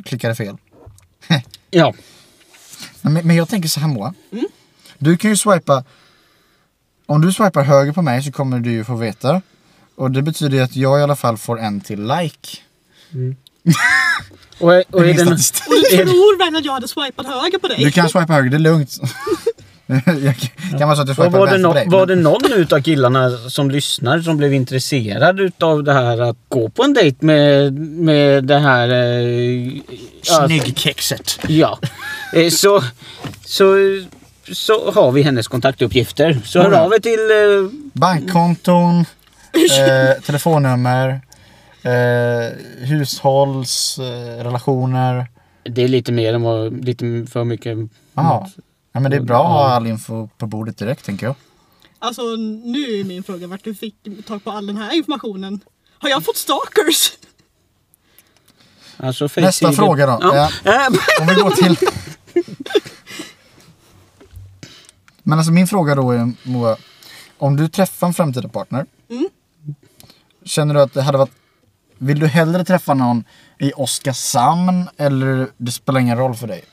Speaker 2: klickade fel.
Speaker 1: Ja.
Speaker 2: Nej, Men, men jag tänker så här Moa. Du kan ju swipa. Om du swipar höger på mig så kommer du ju få veta. Och det betyder ju att jag i alla fall får en till like.
Speaker 1: Och, är- och
Speaker 2: Det
Speaker 1: är
Speaker 2: är
Speaker 1: den,
Speaker 2: statistik.
Speaker 3: Och du
Speaker 1: är-
Speaker 3: tror väl att jag hade swipat höger på dig?
Speaker 2: Du kan swipa höger, det är lugnt. (laughs) jag kan kan vara så att du
Speaker 1: och
Speaker 2: swipar
Speaker 1: var, det
Speaker 2: vänster på
Speaker 1: no,
Speaker 2: dig.
Speaker 1: var
Speaker 2: men-
Speaker 1: det någon utav killarna som lyssnar som blev intresserad utav det här att gå på en dejt med, med det här... Eh, ja,
Speaker 2: Snyggkexet.
Speaker 1: Ja. Eh, Så, så, så har vi hennes kontaktuppgifter. Så hör
Speaker 2: Ja.
Speaker 1: av er till... eh,
Speaker 2: Bankkonton, eh, telefonnummer, eh, hushållsrelationer. Eh, relationer.
Speaker 1: Det är lite mer än vad... Lite för mycket...
Speaker 2: Jaha. Ja, men det är bra att ha all info på bordet direkt tänker jag.
Speaker 3: Alltså nu är min fråga vart du fick tag på all den här informationen. Har jag fått stalkers?
Speaker 2: Mm.
Speaker 1: Alltså,
Speaker 2: Nästa
Speaker 1: Facebook-
Speaker 2: fråga då.
Speaker 1: Ja. Eh,
Speaker 2: Om vi går till... Men alltså min fråga då är Moa. Om du träffar en framtida partner. Känner du att det hade varit... Vill du hellre träffa någon i Oskarshamn eller det spelar ingen roll för dig?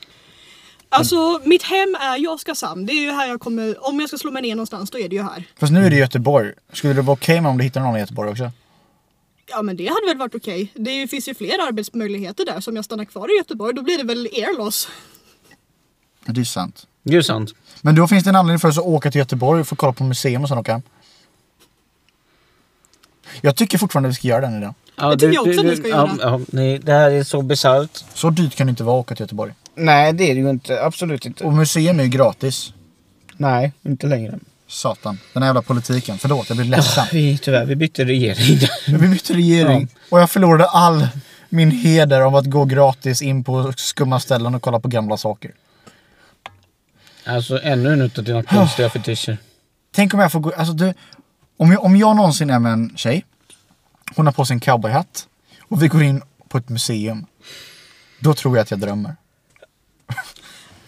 Speaker 3: Alltså mitt hem är ju Oskarshamn. Det är ju här jag kommer, om jag ska slå mig ner någonstans då är det ju här.
Speaker 2: Fast nu är det Göteborg. Skulle det vara okej med om du hittar någon i Göteborg också?
Speaker 3: Ja men det hade väl varit okej. Det är ju- finns ju fler arbetsmöjligheter där som jag stannar kvar i Göteborg. Då blir det väl er loss.
Speaker 2: Ja, Det är sant.
Speaker 1: Det är ju sant.
Speaker 2: Men då finns det en anledning för oss att åka till Göteborg för att kolla på museum och sen åka hem. Jag tycker fortfarande vi ska göra den idag.
Speaker 1: Ja,
Speaker 3: Det tycker
Speaker 1: du-
Speaker 3: jag också
Speaker 1: du-
Speaker 3: att ni ska
Speaker 1: ja,
Speaker 3: göra.
Speaker 1: ja, nej, det här är så bisarrt.
Speaker 2: Så dyrt kan det inte vara att åka till Göteborg.
Speaker 1: Nej, det är det ju inte. Absolut inte.
Speaker 2: Och museum är ju gratis.
Speaker 1: Nej, inte längre.
Speaker 2: Satan, den här jävla politiken. Förlåt, jag blir
Speaker 1: (laughs)
Speaker 2: ledsen.
Speaker 1: Vi, tyvärr, vi bytte regering.
Speaker 2: Vi bytte regering och jag förlorade all min heder av att gå gratis in på skumma ställen och kolla på gamla saker.
Speaker 1: (laughs) alltså, ännu en utav dina konstiga fetischer.
Speaker 2: Tänk om jag får gå... Alltså du, om jag, om jag någonsin är med en tjej, hon har på sig en cowboyhatt och vi går in på ett museum. Då tror jag att jag drömmer.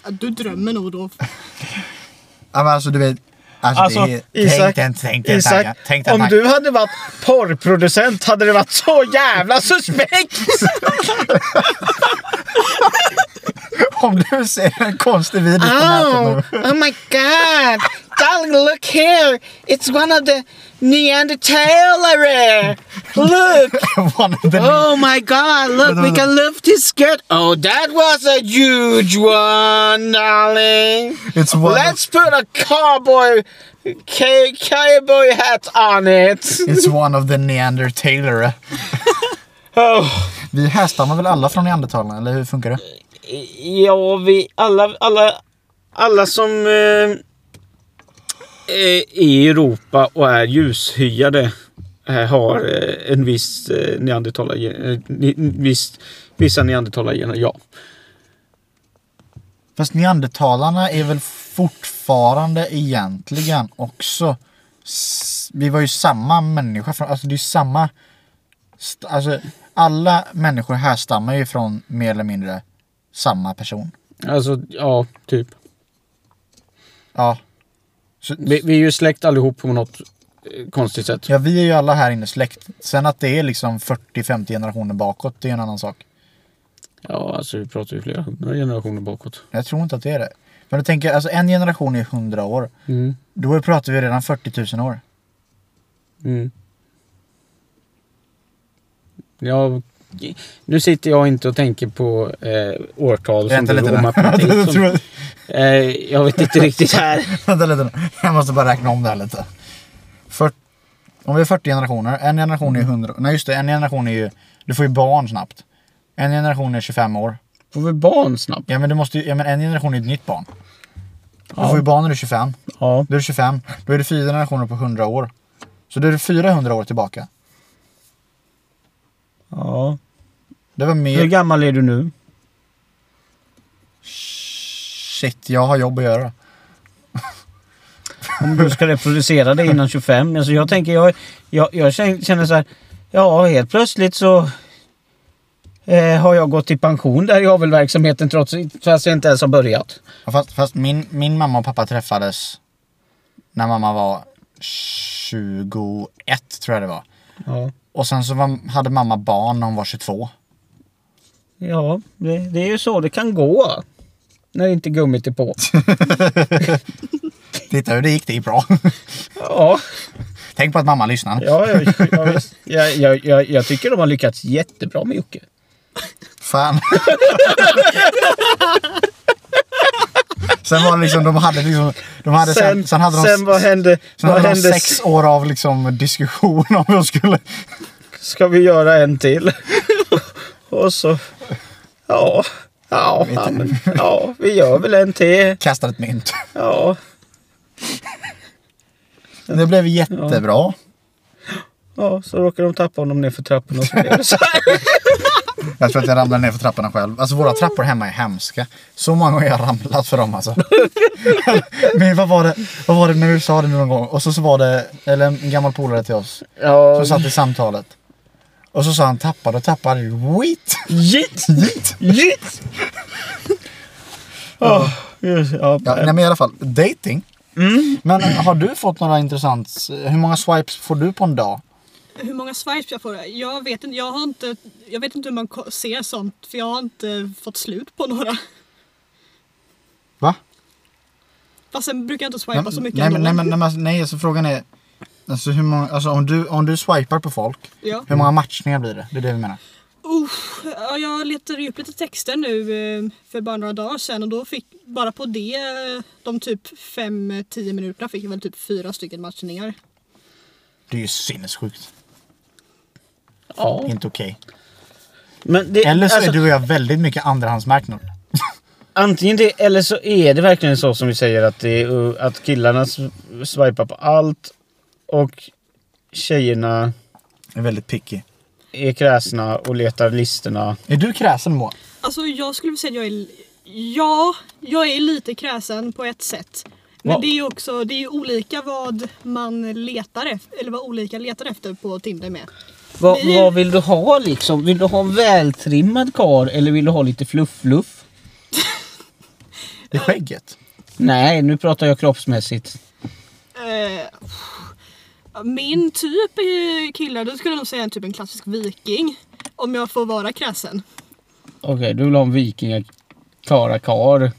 Speaker 3: Ja, Du drömmer nog då.
Speaker 2: Ja, men Alltså du vet... Alltså, det är, tänk den, tänk den tanken. Tänk den
Speaker 1: om
Speaker 2: tanken.
Speaker 1: du hade varit porrproducent hade det varit så jävla
Speaker 2: (laughs)
Speaker 1: suspekt!
Speaker 2: Om du ser en konstig video på
Speaker 4: Oh,
Speaker 2: nätet nu. (laughs)
Speaker 4: oh my god. Darling, look here. It's one of the Neanderthaler. Look.
Speaker 2: One of the
Speaker 4: Oh my god, look, we can lift his skirt. Oh, that was a huge one, darling.
Speaker 2: It's one of-
Speaker 4: Let's put a cowboy, ca- cowboy hat on it.
Speaker 2: (laughs) It's one of the Neanderthaler. Vi härstammar väl alla från neandertalarna, eller hur funkar det?
Speaker 1: Ja, vi alla, alla, alla som
Speaker 5: eh,
Speaker 1: eh, är i Europa och är ljushyade eh, har eh, en viss eh, neandertalare... eh, ni- Viss, vissa neandertalargener, ja.
Speaker 2: Fast neandertalarna är väl fortfarande egentligen också... s- Vi var ju samma människa. Från, alltså det är ju samma... st- Alltså alla människor härstammar ju från mer eller mindre samma person.
Speaker 1: Alltså, ja, typ.
Speaker 2: Ja. Så,
Speaker 1: Vi, vi är ju släkt allihop på något eh, konstigt sätt.
Speaker 2: ja, vi är ju alla här inne släkt. Sen att det är liksom 40-50 generationer bakåt, det är en annan sak.
Speaker 1: Ja, alltså vi pratar ju flera hundra generationer bakåt.
Speaker 2: Jag tror inte att det är det. Men du tänker, alltså en generation är 100 år.
Speaker 1: Mm.
Speaker 2: Då pratar vi redan 40 000 år.
Speaker 1: Mm. Ja, nu sitter jag inte och tänker på eh, årtal som
Speaker 2: Vänta
Speaker 1: du
Speaker 2: lite
Speaker 1: och (laughs)
Speaker 2: nu. (laughs)
Speaker 1: matematik.
Speaker 2: Jag
Speaker 1: som,
Speaker 2: tror-
Speaker 1: eh, jag vet inte riktigt här.
Speaker 2: Vänta lite nu. Jag måste bara räkna om det här lite. För, om vi är 40 generationer. En generation är
Speaker 1: Mm.
Speaker 2: 100. Nej just det, en generation är ju... Du får ju barn snabbt. En generation är 25 år.
Speaker 1: Får vi barn snabbt?
Speaker 2: Ja men, du måste, ju- ja, men en generation är ett nytt barn. Du
Speaker 1: Ja.
Speaker 2: får ju barn när du är 25.
Speaker 1: Ja.
Speaker 2: Då är du 25. Då är det fyra generationer på 100 år. Så då är du 400 år tillbaka.
Speaker 1: ja.
Speaker 2: Det var
Speaker 1: Hur
Speaker 2: mer...
Speaker 1: gammal är du nu?
Speaker 2: Shit, jag har jobb att göra.
Speaker 5: om du ska reproducera det innan 25. Alltså jag tänker, jag, jag, jag kän- känner så här, ja helt plötsligt så eh, har jag gått i pension där i avelverksamheten trots fast jag inte ens har börjat.
Speaker 2: Ja, Fast, fast min, min mamma och pappa träffades när mamma var 21 tror jag det var.
Speaker 5: Ja,
Speaker 2: Och sen så var, hade mamma barn när hon var 22.
Speaker 5: ja det, det är ju så det kan gå. När inte gummit är på.
Speaker 2: Titta hur det gick, det gick bra. (laughs)
Speaker 5: Ja,
Speaker 2: Tänk på att mamma lyssnar.
Speaker 5: ja, ja, ja visst. jag, jag, jag, jag tycker de har lyckats jättebra med Jocke.
Speaker 2: Fan. (laughs) sen var det liksom, de hade liksom, de hade sen, sen, hade de,
Speaker 5: sen vad hände?
Speaker 2: sen
Speaker 5: vad
Speaker 2: hade de
Speaker 5: hände?
Speaker 2: sex år av liksom diskussion om de skulle,
Speaker 5: Ska vi göra en till? (laughs) Och så... Ja. Ja, ja, men, (laughs) ja, vi gör väl en till.
Speaker 2: kasta ett mynt.
Speaker 5: Ja,
Speaker 2: Det blev jättebra.
Speaker 5: ja så råkar de tappa honom ner för trappan och så är det så här.
Speaker 2: Jag tror att jag ramlade ner för trapporna själv. Alltså våra trappor hemma är hemska. Så många gånger jag har ramlat för dem
Speaker 5: (laughs)
Speaker 2: alltså. Men vad var det, vad var det när du sa det någon gång? Och så, så var det, eller en gammal polare till oss.
Speaker 5: Ja,
Speaker 2: Som satt i samtalet. Och så sa han tappade och tappade. Wait!
Speaker 5: jit,
Speaker 2: Hit!
Speaker 5: jit! Ja, just- ja,
Speaker 2: (laughs) Ja, nej men i alla fall, dating. Men har du fått några intressant, hur många swipes får du på en dag?
Speaker 3: Hur många swipes jag får? Jag vet inte, jag har inte, jag vet inte hur man ko- ser sånt för jag har inte fått slut på några.
Speaker 2: Va?
Speaker 3: Fast sen brukar jag inte
Speaker 2: Nej,
Speaker 3: swipa så mycket
Speaker 2: nej, men-
Speaker 3: ändå.
Speaker 2: nej, men- nej, men- nej, alltså frågan är, alltså, hur många, alltså om, du, om du swipar på folk,
Speaker 3: Ja.
Speaker 2: hur många matchningar blir det? Det är det vi menar.
Speaker 3: Uff, ja, jag letade upp lite texter nu eh, för bara några dagar sedan och då fick bara på det eh, de typ 5-10 minuterna fick jag väl typ fyra stycken matchningar.
Speaker 2: Det är ju sinnessjukt.
Speaker 1: Ja.
Speaker 2: Inte okej.
Speaker 5: Men det,
Speaker 2: Eller så
Speaker 5: alltså,
Speaker 2: är du och jag väldigt mycket andrahandsmarknad.
Speaker 5: Antingen det eller så är det verkligen så som vi säger att, det är, uh, att killarna s- swipar på allt och tjejerna
Speaker 2: Jag är väldigt picky.
Speaker 5: är kräsna och letar listorna.
Speaker 2: Är du kräsen Moa?
Speaker 3: Alltså jag skulle vilja säga att jag är... Ja, jag är lite kräsen på ett sätt. Men
Speaker 5: Wow.
Speaker 3: det är ju också det är ju olika vad man letar efter, eller vad olika letar efter på Tinder med.
Speaker 5: Vad,
Speaker 3: Vi-
Speaker 5: vad vill du ha liksom? Vill du ha en vältrimmad kar eller vill du ha lite fluff-fluff?
Speaker 2: Det är skägget.
Speaker 5: Nej, nu pratar jag kroppsmässigt.
Speaker 3: Eh, min typ är killar, då skulle jag nog säga en typ en klassisk viking. Om jag får vara kräsen.
Speaker 5: Okej, du vill ha en vikingakara kar.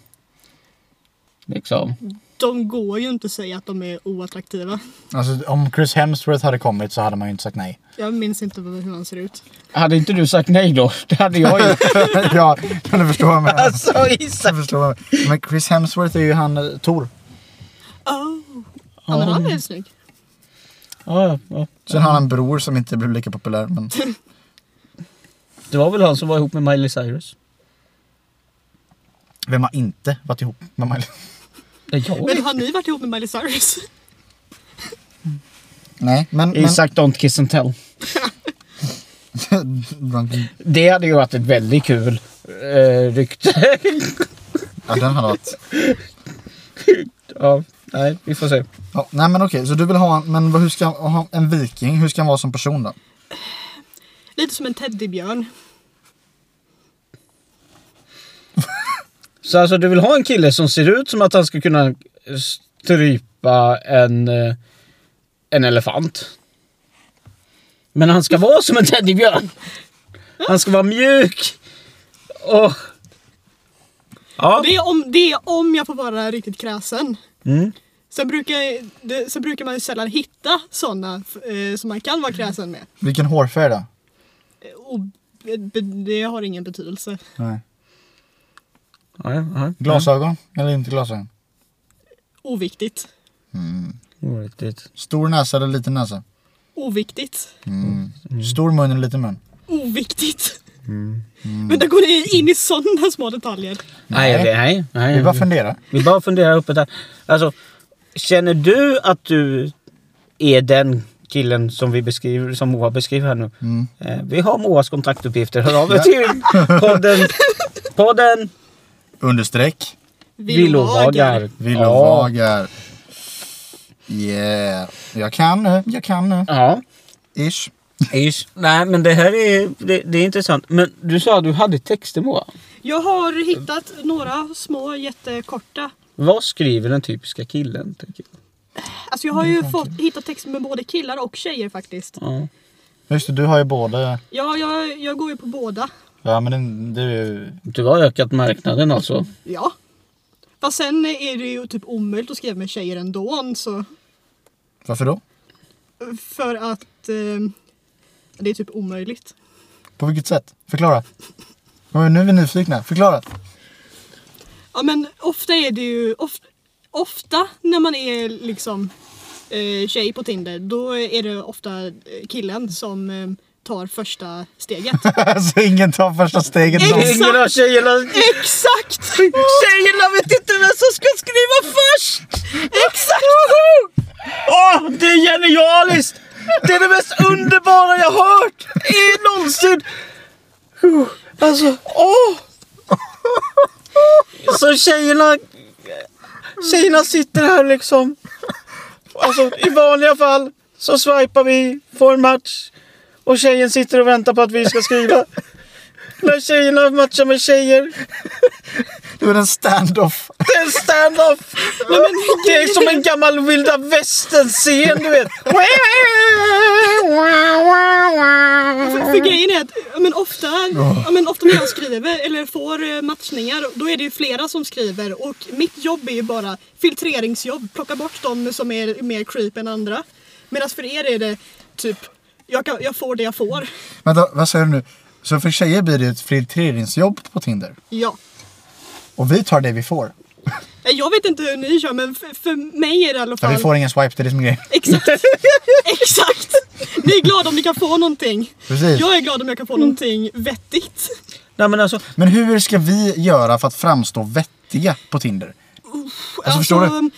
Speaker 5: Liksom.
Speaker 3: De går ju inte att säga att de är oattraktiva.
Speaker 2: Alltså om Chris Hemsworth hade kommit så hade man ju inte sagt nej.
Speaker 3: Jag minns inte vad- hur han ser ut.
Speaker 5: Hade inte du sagt nej då? Det hade jag (laughs) ju.
Speaker 2: (laughs) ja, men du förstår vad jag menar.
Speaker 5: alltså,
Speaker 2: Jag
Speaker 5: Isak.
Speaker 2: förstår vad jag menar. Men Chris Hemsworth är ju han eh, Thor.
Speaker 3: Oh. Ja men han är snygg.
Speaker 5: Ja, ja.
Speaker 2: Sen har han en bror som inte blev lika populär. Men...
Speaker 5: Det var väl han som var ihop med Miley Cyrus?
Speaker 2: Vem har inte varit ihop med Miley?
Speaker 5: Nej, jag.
Speaker 3: Men har ni varit ihop med Miley Cyrus?
Speaker 2: Nej, men... men
Speaker 5: Isak Don't Kiss and Tell.
Speaker 2: Drunken-
Speaker 5: Det hade ju varit ett väldigt kul eh, (laughs) rykte.
Speaker 2: (laughs) ja, den hade varit...
Speaker 5: ja, nej, vi får se.
Speaker 2: Ja, nej men okej, så du vill ha en, men vad- hur ska ha en viking, hur ska han vara som person då?
Speaker 3: (laughs) Lite som en teddybjörn.
Speaker 5: Så alltså du vill ha en kille som ser ut som att han ska kunna strypa en, eh, en elefant. Men han ska vara som en teddybjörn. Han ska vara mjuk. Och... Ja.
Speaker 3: Det är, om, det är om jag får vara riktigt kräsen.
Speaker 5: Mm.
Speaker 3: Sen brukar, det, sen brukar man ju sällan hitta sådana eh, som man kan vara kräsen med.
Speaker 2: Vilken hårfärg då?
Speaker 3: Eh, Och be- be- det har ingen betydelse.
Speaker 2: Nej.
Speaker 5: Nej, nej.
Speaker 2: Glasögon eller inte glasögon?
Speaker 3: Oviktigt.
Speaker 5: Oriktigt.
Speaker 2: Stor näsa eller liten näsa?
Speaker 3: Oviktigt.
Speaker 2: Stor mun eller liten mun?
Speaker 3: Oviktigt. Men där går ni in i sådana små detaljer.
Speaker 5: Nej,
Speaker 2: Nej.
Speaker 5: det- nej. nej.
Speaker 2: Vi
Speaker 1: Mm.
Speaker 2: bara funderar.
Speaker 5: Vi bara funderar uppe där. Alltså, känner du att du är den killen som vi beskriver, som Moa beskriver här nu?
Speaker 2: Mm.
Speaker 5: Eh, vi har Moas kontaktuppgifter. Hör av er till podden.
Speaker 3: (laughs)
Speaker 5: Podden
Speaker 2: Understreck.
Speaker 5: Villovagar.
Speaker 2: Villovagar. Yeah. Jag kan nu, jag kan nu.
Speaker 5: Ja.
Speaker 2: Ish.
Speaker 5: ja. Ish. Nej, men det här är, det, det är intressant. Men du sa att du hade texter Moa.
Speaker 3: Jag har hittat några små jättekorta.
Speaker 5: Vad skriver den typiska killen? Tänker jag?
Speaker 3: Alltså jag har ju fått, hittat texter med både killar och tjejer faktiskt.
Speaker 5: Ja.
Speaker 2: Just det, du har ju både...
Speaker 3: Ja, jag, jag går ju på båda.
Speaker 2: Ja men den- det är ju...
Speaker 5: Du har ökat marknaden alltså.
Speaker 3: Ja. Fast sen är det ju typ omöjligt att skriva med tjejer ändå. Så
Speaker 2: Varför då?
Speaker 3: för att eh, det är typ omöjligt.
Speaker 2: På vilket sätt? Förklara. Ja, Nu är vi nyfikna. Förklara. (laughs)
Speaker 3: Ja men ofta är det ju, of, ofta när man är liksom eh, tjej på Tinder då är det ofta eh, killen som eh, tar första steget.
Speaker 2: Alltså ingen tar första steget
Speaker 3: Ex-
Speaker 2: någonsin.
Speaker 5: Ingen av tjejerna,
Speaker 3: Exakt!
Speaker 5: tjejerna vet inte vem som ska skriva först!
Speaker 3: Exakt!
Speaker 5: Åh, det är genialiskt! Det är det mest underbara jag hört i någonsin! Oh, Alltså, åh! Så tjejerna... Tjejerna sitter här liksom. Alltså, i vanliga fall så swipar vi, får en match och tjejen sitter och väntar på att vi ska skriva. När tjejerna matchar med tjejer
Speaker 2: Det är en stand-off.
Speaker 5: det är en stand-off! Nej, men Det är som en gammal vilda västern-scen, du vet.
Speaker 3: För, för grejen är att ja, men ofta, ja, men ofta när jag skriver eller får eh, matchningar då är det ju flera som skriver och mitt jobb är ju bara filtreringsjobb, plocka bort de som är mer creep än andra. Medan för er är det typ jag, kan, jag får det jag får.
Speaker 2: Vänta, vad säger du nu? Så för tjejer blir det ett filtreringsjobb på Tinder.
Speaker 3: Ja.
Speaker 2: Och vi tar det vi får.
Speaker 3: Eh, Jag vet inte hur ni kör men för, för mig är det i alla
Speaker 2: Ja,
Speaker 3: fall...
Speaker 2: vi får ingen swipe, det är det som är grejen. (laughs)
Speaker 3: Exakt! Exakt! Ni är glada om ni kan få någonting.
Speaker 2: Precis. Mm.
Speaker 3: Jag är glad om jag kan få någonting vettigt.
Speaker 5: Nej, men alltså,
Speaker 2: Men hur ska vi göra för att framstå vettiga på Tinder? Alltså, förstår du?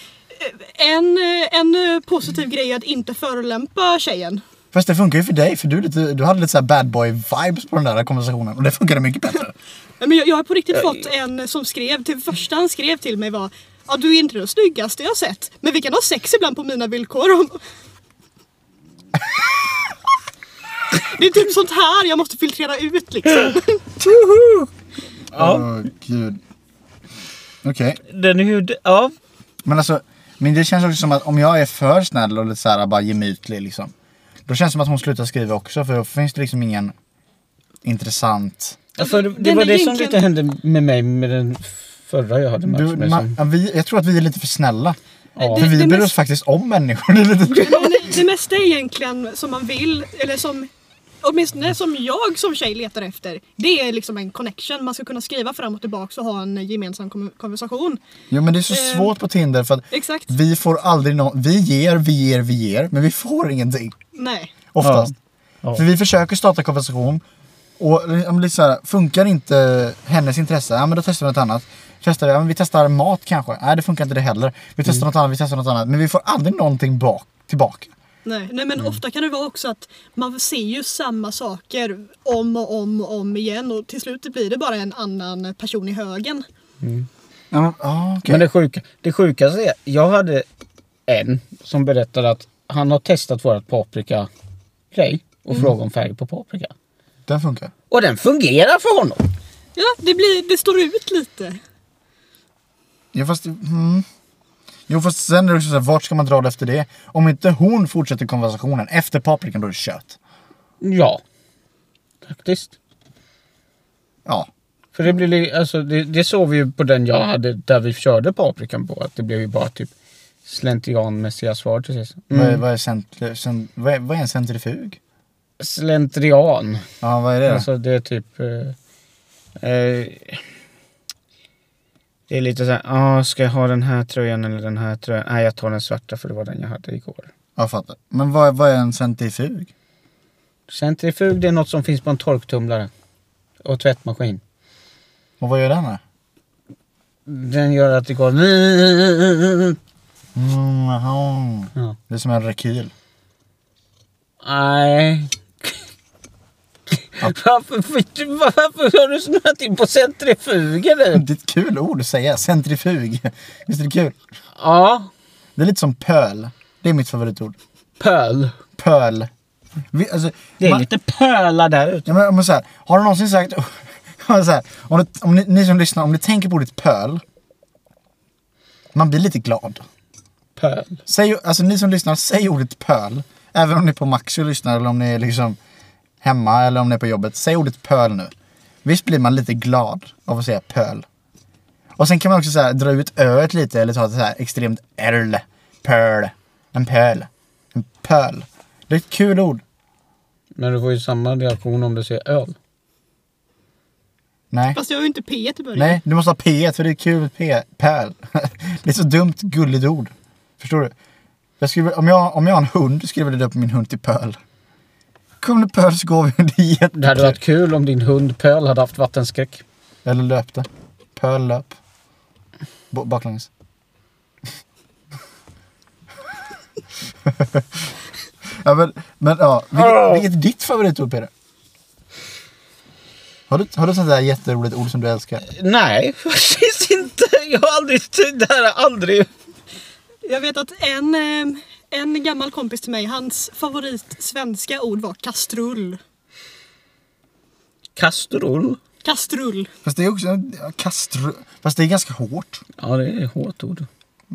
Speaker 3: En, en eh, positiv grej är att inte förolämpa tjejen.
Speaker 2: Fast det funkar ju för dig, för du, är lite, du hade lite så här bad boy vibes på den där konversationen. Och det funkade mycket bättre.
Speaker 3: Men jag, jag har på
Speaker 2: Eh,
Speaker 3: riktigt fått en som skrev, till första han skrev till mig var Ja du är inte den snyggaste jag har sett, men vi kan ha sex ibland på mina villkor.
Speaker 2: (laughs)
Speaker 3: om-" Det är typ sånt här jag måste filtrera ut liksom.
Speaker 2: Ja. Åh gud. Okej.
Speaker 5: den är ju... Ja.
Speaker 2: Men alltså, men det känns också som att om jag är för snäll och lite så här bara gemytlig liksom. Då känns det som att hon slutar skriva också för då finns det liksom ingen intressant...
Speaker 5: För det det
Speaker 3: Den
Speaker 5: var
Speaker 3: är
Speaker 5: det som
Speaker 3: egentligen-
Speaker 5: lite hände med mig med den förra jag hade match
Speaker 2: Du,
Speaker 5: med.
Speaker 2: man,
Speaker 5: som-
Speaker 2: ja, vi, jag tror att vi är lite för snälla.
Speaker 3: Ja.
Speaker 2: För
Speaker 3: Det-
Speaker 2: vi
Speaker 3: det
Speaker 2: bryr oss
Speaker 3: mest-
Speaker 2: faktiskt om människor. (laughs) Det är lite...
Speaker 3: Men det mesta är egentligen som man vill, eller som åtminstone som jag som tjej letar efter. Det är liksom en connection, man ska kunna skriva fram och tillbaka och ha en gemensam kom- konversation.
Speaker 2: Jo men det är så
Speaker 3: Eh,
Speaker 2: svårt på Tinder för att
Speaker 3: Exakt.
Speaker 2: vi får aldrig någon... Vi ger, vi ger, vi ger. Men vi får ingenting.
Speaker 3: Nej.
Speaker 2: Oftast.
Speaker 5: Ja.
Speaker 2: För vi försöker starta konversation. Och om lite så här, funkar inte hennes intresse, ja men då testar vi något annat. Testar vi, ja, men vi testar mat kanske, nej det funkar inte det heller. Vi testar något annat, vi testar något annat. Men vi får aldrig någonting bak, tillbaka.
Speaker 3: Nej, nej
Speaker 2: Mm.
Speaker 3: men ofta kan det vara också att man ser ju samma saker om och om och om igen och till slut blir det bara en annan person i högen.
Speaker 2: Ja, men, ah, okej.
Speaker 1: Men det, sjuka, det sjukaste är, jag hade en som berättade att han har testat vårat paprika-grej och frågat om färg på paprika.
Speaker 2: Den funkar.
Speaker 1: Mm. Och den fungerar för honom!
Speaker 3: Ja, det, blir, det står ut lite.
Speaker 2: Ja, fast, mm. Jo fast sen är det också så här, vart ska man dra det efter det? Om inte hon fortsätter konversationen efter paprikan då är det kött.
Speaker 1: Ja. Faktiskt.
Speaker 2: Ja.
Speaker 1: För det, blir, li- alltså, det, det såg vi ju på den jag hade där vi körde paprikan på. Att det blev ju bara typ slentrianmässiga svar till sist.
Speaker 2: Vad, är,
Speaker 1: Mm.
Speaker 2: vad, är centri, cent, vad, är, vad är en centrifug?
Speaker 1: Slentrian.
Speaker 2: Ja vad är det då?
Speaker 1: Alltså det är typ... Eh, eh, det är lite såhär, ah, ska jag ha den här tröjan eller den här tröjan? Nej, jag tar den svarta för det var den jag hade igår.
Speaker 2: Jag fattar. Men vad, vad är en centrifug?
Speaker 1: Centrifug det är något som finns på en torktumlare. Och tvättmaskin.
Speaker 2: Och vad gör den här?
Speaker 1: Den gör att det går...
Speaker 2: Mm, jaha.
Speaker 1: Ja.
Speaker 2: Det är som en rekyl.
Speaker 1: Nej. Varför, fick du- varför har du snöat in på centrifuger nu?
Speaker 2: Det är ett kul ord att säga, centrifug. Visst är det kul?
Speaker 1: Ja,
Speaker 2: Det är lite som pöl. Det är mitt favoritord.
Speaker 1: pöl.
Speaker 2: Pöl. Vi, alltså,
Speaker 1: Det är
Speaker 2: man-
Speaker 1: lite pölar där ute.
Speaker 2: Ja, men, men så här, har du någonsin sagt... (laughs) så här, om du, om ni, ni som lyssnar, om ni tänker på ordet pöl. Man blir lite glad.
Speaker 1: Pöl.
Speaker 2: Säg, alltså ni som lyssnar, säg ordet pöl. Även om ni är på Maxi och lyssnar eller om ni är liksom hemma eller om ni är på jobbet. Säg ordet pöl nu. Visst blir man lite glad av att säga pöl. Och sen kan man också så här, dra ut öet lite eller ta ett så här extremt l. Pöl. En pöl. En pöl. Det är ett kul ord.
Speaker 1: Men du får ju samma reaktion om du ser öl.
Speaker 2: Nej.
Speaker 3: Fast jag har ju inte P till början.
Speaker 2: Nej, du måste ha P1 för det är kul med P. Pöl. (laughs) Det är så dumt gulligt ord. Förstår du? Jag skulle, om, jag, om jag har en hund skulle jag vilja döpa min hund till Pöl. Kom nu Pöl så går vi. (laughs) Det är jättekul.
Speaker 1: Det hade varit kul om din hund Pöl hade haft vattenskräck.
Speaker 2: Eller löpte. Pöl löp. B- baklänges. (laughs) ja, men, men ja. Vilket, vilket är ditt favoritord Peder? Har du, har du sånt där jätteroligt ord som du älskar?
Speaker 5: (laughs)
Speaker 1: Nej, faktiskt inte. Jag har aldrig... Det här har aldrig...
Speaker 3: Jag vet att en, eh, en gammal kompis till mig, hans favorit svenska ord var kastrull.
Speaker 1: Kastrull.
Speaker 3: Kastrull.
Speaker 2: Fast det är också ja, kastru... Fast det är ganska hårt.
Speaker 1: Ja, det är ett hårt ord.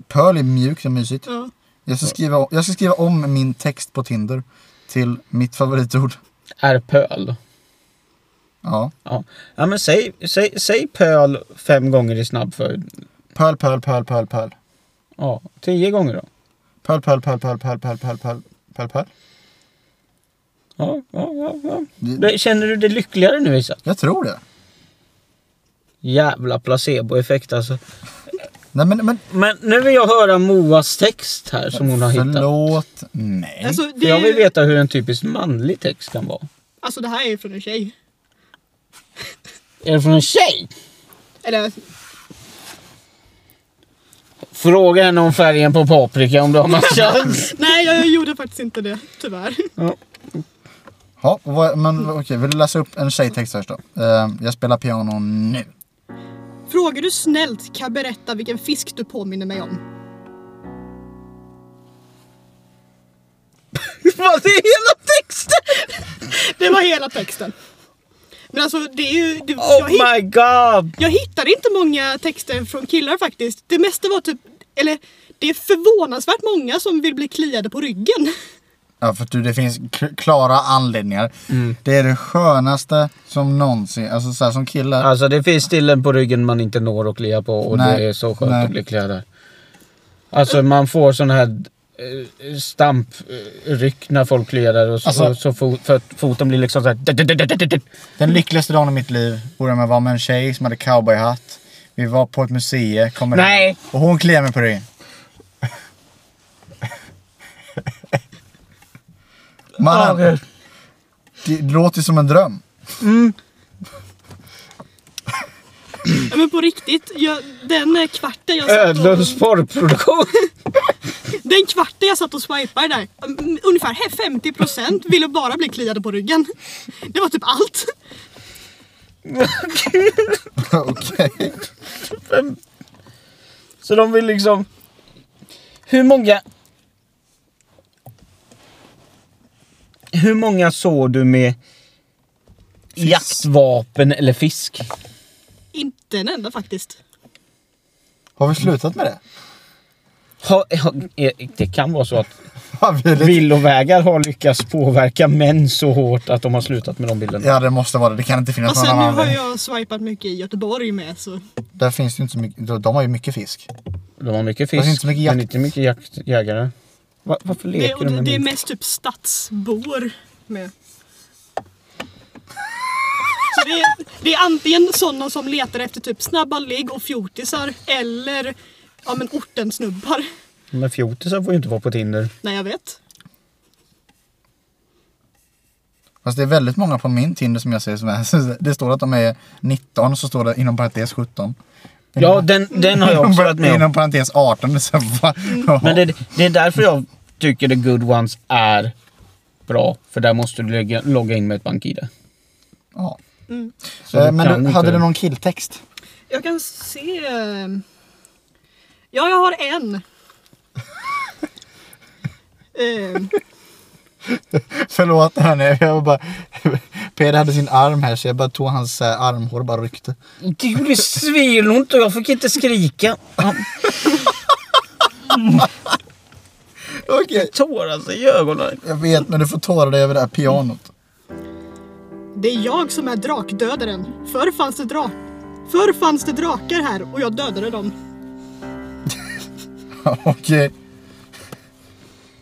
Speaker 2: Pöl är mjukt och mysigt.
Speaker 1: Mm.
Speaker 3: Ja.
Speaker 2: Jag, ska skriva, jag ska skriva om min text på Tinder till mitt favoritord.
Speaker 1: Är pöl.
Speaker 2: Ja.
Speaker 1: Ja, ja men säg, säg, säg pöl fem gånger i snabb följd.
Speaker 2: Pöl, pöl, pöl, pöl, pöl.
Speaker 1: Ja, tio gånger då.
Speaker 2: Pöl, pöl, pöl, pöl, pöl, pöl, pöl, pöl, pöl, pöl.
Speaker 1: Ja, ja, ja, ja.
Speaker 2: Det-
Speaker 1: Det- Känner du dig lyckligare nu Isak?
Speaker 2: Jag tror det.
Speaker 1: Jävla placeboeffekt alltså.
Speaker 2: Nej men, men
Speaker 1: Men nu vill jag höra Moas text här som hon har hittat.
Speaker 2: förlåt. Nej.
Speaker 3: Alltså,
Speaker 1: För
Speaker 3: det,
Speaker 1: jag vill veta hur en typisk manlig text kan vara.
Speaker 3: alltså det här är ju från en tjej.
Speaker 1: Är det från en tjej?
Speaker 3: Eller
Speaker 1: Fråga henne om färgen på paprika om du har någon (laughs) chans.
Speaker 3: nej, jag gjorde faktiskt inte det tyvärr.
Speaker 2: Ja, och vad, men okej, vill du läsa upp en tjejtext först då? Eh, jag spelar piano nu.
Speaker 3: Frågar du snällt kan jag berätta vilken fisk du påminner mig om.
Speaker 1: (laughs)
Speaker 3: (laughs)
Speaker 1: Vad det är hela texten!
Speaker 3: Det var hela texten. Men alltså det är ju... Det, jag,
Speaker 1: Oh
Speaker 3: hitt,
Speaker 1: my god!
Speaker 3: jag hittade inte många texter från killar faktiskt. Det mesta var typ... Eller det är förvånansvärt många som vill bli kliade på ryggen.
Speaker 2: Ja, för att du, det finns k- klara anledningar.
Speaker 1: Mm.
Speaker 2: Det är det skönaste som någonsin, alltså så här, som killar.
Speaker 1: Alltså det finns stillen på ryggen man inte når att klia på och
Speaker 2: Nej,
Speaker 1: det är så skönt
Speaker 2: nej.
Speaker 1: att bli kliad där. Alltså man får sån här eh, stampryck när folk kliar där och så,
Speaker 2: Alltså-
Speaker 1: och så fo- för att foten blir liksom såhär...
Speaker 2: Den lyckligaste dagen i mitt liv borde man vara med en tjej som hade cowboyhatt. Vi var på ett museum, kommer
Speaker 1: Nej.
Speaker 2: hem, och hon kliar mig på ryggen. Mannen, det låter som en dröm. (laughs)
Speaker 3: Ja,
Speaker 2: Alltså-
Speaker 3: men på riktigt, jag, den eh, kvarten jag satt
Speaker 1: (laughs)
Speaker 3: och,
Speaker 1: Ödlunds porrproduktion.
Speaker 3: Den kvarten jag satt och swipade där, mm, ungefär 50% ville bara bli kliade på ryggen. Det var typ allt.
Speaker 2: Okej.
Speaker 5: Så de vill liksom... Hur många... Hur många såg du med jaktvapen eller fisk?
Speaker 3: Inte en enda faktiskt.
Speaker 2: Har vi slutat med det?
Speaker 5: Ha, ha, eh, det kan vara så att
Speaker 2: Har vi lite-
Speaker 5: villovägar har lyckats påverka män så hårt att de har slutat med de bilderna.
Speaker 2: Ja det måste vara det, det kan inte finnas
Speaker 3: Alltså
Speaker 2: någon
Speaker 3: nu
Speaker 2: annan
Speaker 3: har
Speaker 2: anledning.
Speaker 3: jag swipat mycket i Göteborg med så.
Speaker 2: Där finns det ju inte så mycket, de- de har ju mycket fisk.
Speaker 5: De har
Speaker 2: Fast
Speaker 5: mycket fisk,
Speaker 2: inte så mycket
Speaker 5: men
Speaker 2: jakt.
Speaker 5: inte mycket jakt, jägare. Va- varför
Speaker 3: Det,
Speaker 5: leker
Speaker 3: och
Speaker 5: de
Speaker 3: det,
Speaker 5: med
Speaker 3: det är
Speaker 5: min-
Speaker 3: mest typ stadsbor
Speaker 5: (laughs)
Speaker 3: med. Så det, är, det är antingen sådana som letar efter typ snabba ligg och fjortisar eller ja, men ortensnubbar.
Speaker 5: Men fjortisar får ju inte vara på Tinder.
Speaker 3: Nej jag vet.
Speaker 2: Fast det är väldigt många på min Tinder som jag ser som är, (laughs) det står att de är 19 så står det inom parentes 17.
Speaker 5: Ja, den, den har jag också varit
Speaker 1: (laughs)
Speaker 5: med om.
Speaker 2: Inom parentes 18. Så va?
Speaker 3: Mm.
Speaker 5: Men det, det är därför jag tycker the good ones är bra. För där måste du lägga, logga in med ett bank-id.
Speaker 2: ja.
Speaker 3: Mm.
Speaker 5: Så du
Speaker 2: Eh, men
Speaker 5: kan
Speaker 2: du,
Speaker 5: inte-
Speaker 2: hade du någon killtext?
Speaker 3: Jag kan se... eh, Ja, jag har
Speaker 5: (laughs)
Speaker 3: en. Ehm,
Speaker 2: Förlåt hörni, jag var bara... (laughs) Peder hade sin arm här så jag bara tog hans eh, armhår och bara ryckte.
Speaker 5: Det gjorde svinont och jag fick inte skrika. Han
Speaker 2: Okej.
Speaker 5: tårar sig i ögonen.
Speaker 2: Jag vet men du får tåra dig över det här pianot. (laughs)
Speaker 3: det är jag som är drakdödaren. Förr fanns det drak... Förr fanns det drakar här och jag dödade dem.
Speaker 2: Okej.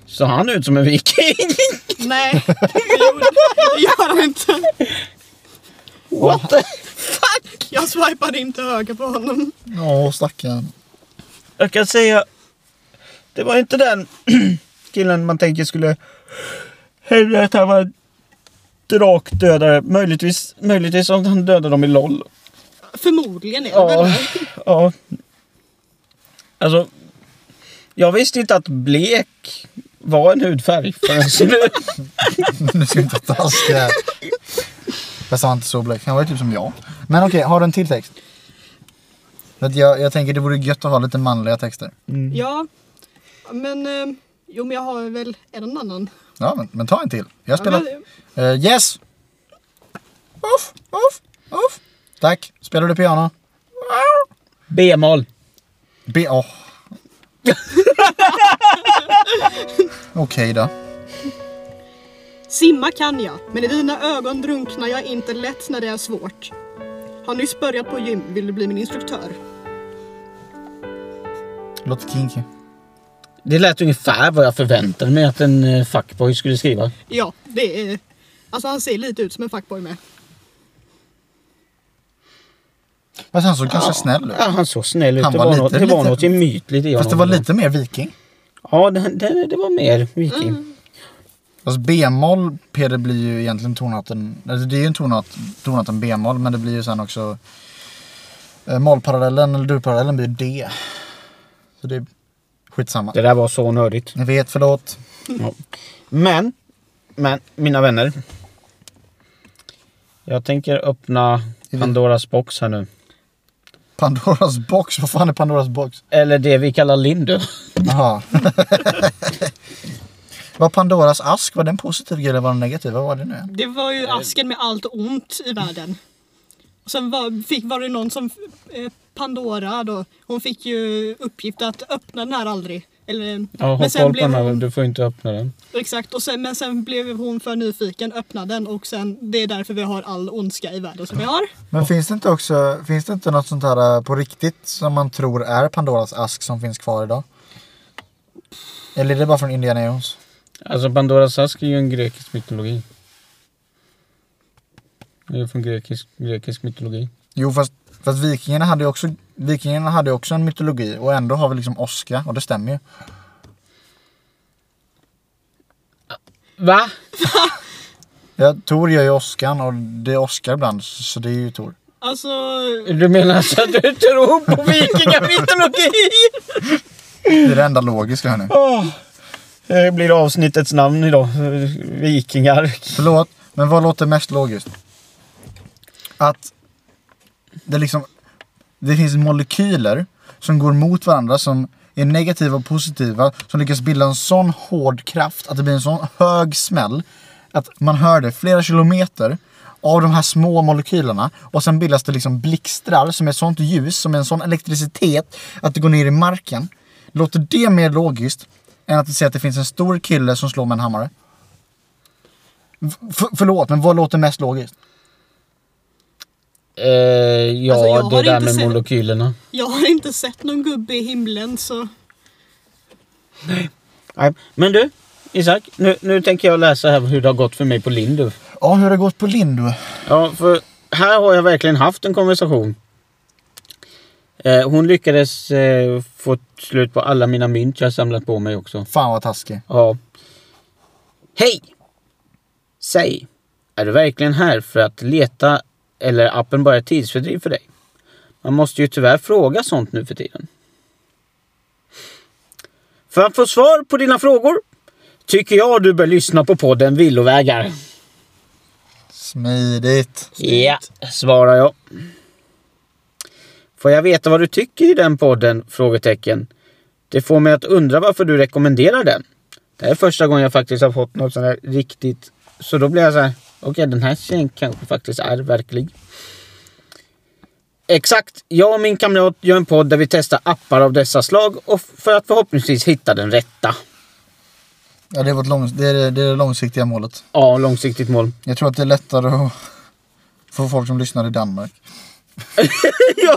Speaker 5: Så han ut som en viking. (laughs)
Speaker 3: Nej, det gjorde- det gör han inte.
Speaker 5: What the?
Speaker 3: Jag swipade inte höger på honom.
Speaker 2: Ja stackarn. (laughs)
Speaker 5: Jag kan säga. Det var inte den (clears throat) killen man tänker skulle hända att han var drakdödare. Möjligtvis, möjligtvis om han dödade dem i LOL.
Speaker 3: Förmodligen är det väl
Speaker 5: Ja.
Speaker 3: det.
Speaker 5: ja. Alltså. Jag visste inte att blek var en hudfärg förrän nu.
Speaker 2: Nu ska vi inte vara taskiga här. Fast han var inte så blek. Han var ju typ som jag. Men okej, har du en till text? För att Jag, jag tänker det vore gött att ha lite manliga texter.
Speaker 3: Ja, men... eh, Jo, men jag har väl en annan.
Speaker 2: Ja, men, men ta en till. Jag
Speaker 3: Ja,
Speaker 2: spelar...
Speaker 3: men-
Speaker 2: Eh, yes! Off, off, off. Tack. Spelar du piano?
Speaker 5: B-moll.
Speaker 2: B... Oh. Okej då.
Speaker 3: Simma kan jag, men i dina ögon drunknar jag inte lätt när det är svårt. Har nyss börjat på gym, vill du bli min instruktör?
Speaker 2: Låter kinky.
Speaker 5: Det lät ungefär vad jag förväntade mig att en eh, fuckboy skulle skriva.
Speaker 3: Ja, det är... Alltså han ser lite ut som en fuckboy med.
Speaker 2: Fast han såg ganska snäll ut.
Speaker 5: Ja, han såg snäll ut.
Speaker 2: Han
Speaker 5: det
Speaker 2: var
Speaker 5: var,
Speaker 2: lite-
Speaker 5: något, det var
Speaker 2: lite-
Speaker 5: något gemytligt i honom.
Speaker 2: Fast det var lite mer viking.
Speaker 5: Ja, det, det, det var mer viking.
Speaker 3: Mm.
Speaker 2: Fast b-moll, Peder, blir ju egentligen tonarten... Alltså det är ju en tonart, tonarten b-moll, men det blir ju sen också... Eh, mollparallellen eller dur-parallellen blir d. Så det är skitsamma.
Speaker 5: Det där var så nördigt.
Speaker 2: Jag vet, förlåt.
Speaker 5: Ja. Men, men mina vänner. Jag tänker öppna Pandoras box här nu.
Speaker 2: Pandoras box, vad fan är Pandoras box?
Speaker 5: Eller det vi kallar (laughs) Lindu.
Speaker 2: Jaha. (laughs) var Pandoras ask, var den positiv grej eller var den negativ? Vad var det nu igen?
Speaker 3: Det var ju asken med allt ont i världen. Och sen var, fick, var det någon som... Eh, Pandora då, hon fick ju uppgift att öppna den här aldrig. Eller,
Speaker 5: Ja, ha
Speaker 3: men sen
Speaker 5: koll på
Speaker 3: blev
Speaker 5: den här.
Speaker 3: hon,
Speaker 5: Du får inte öppna den.
Speaker 3: Exakt, och sen, men sen blev hon för nyfiken, öppnade den och sen... Det är därför vi har all ondska i världen som vi har.
Speaker 2: Men finns det inte också, finns det inte något sånt här eh, på riktigt som man tror är Pandoras ask som finns kvar idag? Eller är det bara från Indiana Jones?
Speaker 5: Alltså Pandoras ask är ju en grekisk mytologi. Det är ju från grekisk, grekisk mytologi.
Speaker 2: Jo fast, fast vikingarna hade ju också, vikingarna hade ju också en mytologi och ändå har vi liksom oska och det stämmer ju.
Speaker 5: Va?
Speaker 2: Ja, Tor gör ju åskan och det är åskar ibland så det är ju Tor.
Speaker 3: Alltså,
Speaker 5: (laughs) Du menar alltså att du tror på vikingamytologi?
Speaker 2: Det är det enda logiska här nu.
Speaker 5: Åh, Det blir avsnittets namn idag. Vikingar.
Speaker 2: Förlåt, men vad låter mest logiskt? Att det liksom det finns molekyler som går mot varandra som är negativa och positiva som lyckas bilda en sån hård kraft att det blir en sån hög smäll att man hör det flera kilometer av de här små molekylerna och sen bildas det liksom blixtrar som är ett sånt ljus som är en sån elektricitet att det går ner i marken. Låter det mer logiskt än att säga att det finns en stor kille som slår med en hammare? F- förlåt, men vad låter mest logiskt?
Speaker 5: Eh, ja,
Speaker 3: Alltså, jag har
Speaker 5: det där
Speaker 3: inte
Speaker 5: med
Speaker 3: sett-
Speaker 5: molekylerna.
Speaker 3: Jag har inte sett någon gubbe i himlen så...
Speaker 5: Nej. Men du, Isak. Nu, nu tänker jag läsa här hur det har gått för mig på Lindu.
Speaker 2: Ja, hur har det gått på Lindu?
Speaker 5: Ja, för här har jag verkligen haft en konversation. Eh, hon lyckades eh, få slut på alla mina mynt jag samlat på mig också.
Speaker 2: Fan vad taskig.
Speaker 5: Ja. Hej! Säg, är du verkligen här för att leta eller är appen bara ett tidsfördriv för dig? Man måste ju tyvärr fråga sånt nu för tiden. För att få svar på dina frågor tycker jag du bör lyssna på podden Villovägar.
Speaker 2: Smidigt.
Speaker 5: Ja, svarar jag. Får jag veta vad du tycker i den podden? Frågetecken. Det får mig att undra varför du rekommenderar den. Det här är första gången jag faktiskt har fått något sånt här riktigt. Så då blir jag så här. Okej, den här tjejen kanske faktiskt är verklig. Exakt. Jag och min kamrat gör en podd där vi testar appar av dessa slag och för att förhoppningsvis hitta den rätta.
Speaker 2: Ja, det, är vårt långs- det, är det, det är det långsiktiga målet.
Speaker 5: Ja, långsiktigt mål. (laughs)
Speaker 2: Jag tror att det är lättare att få folk som lyssnar i Danmark.
Speaker 5: ja,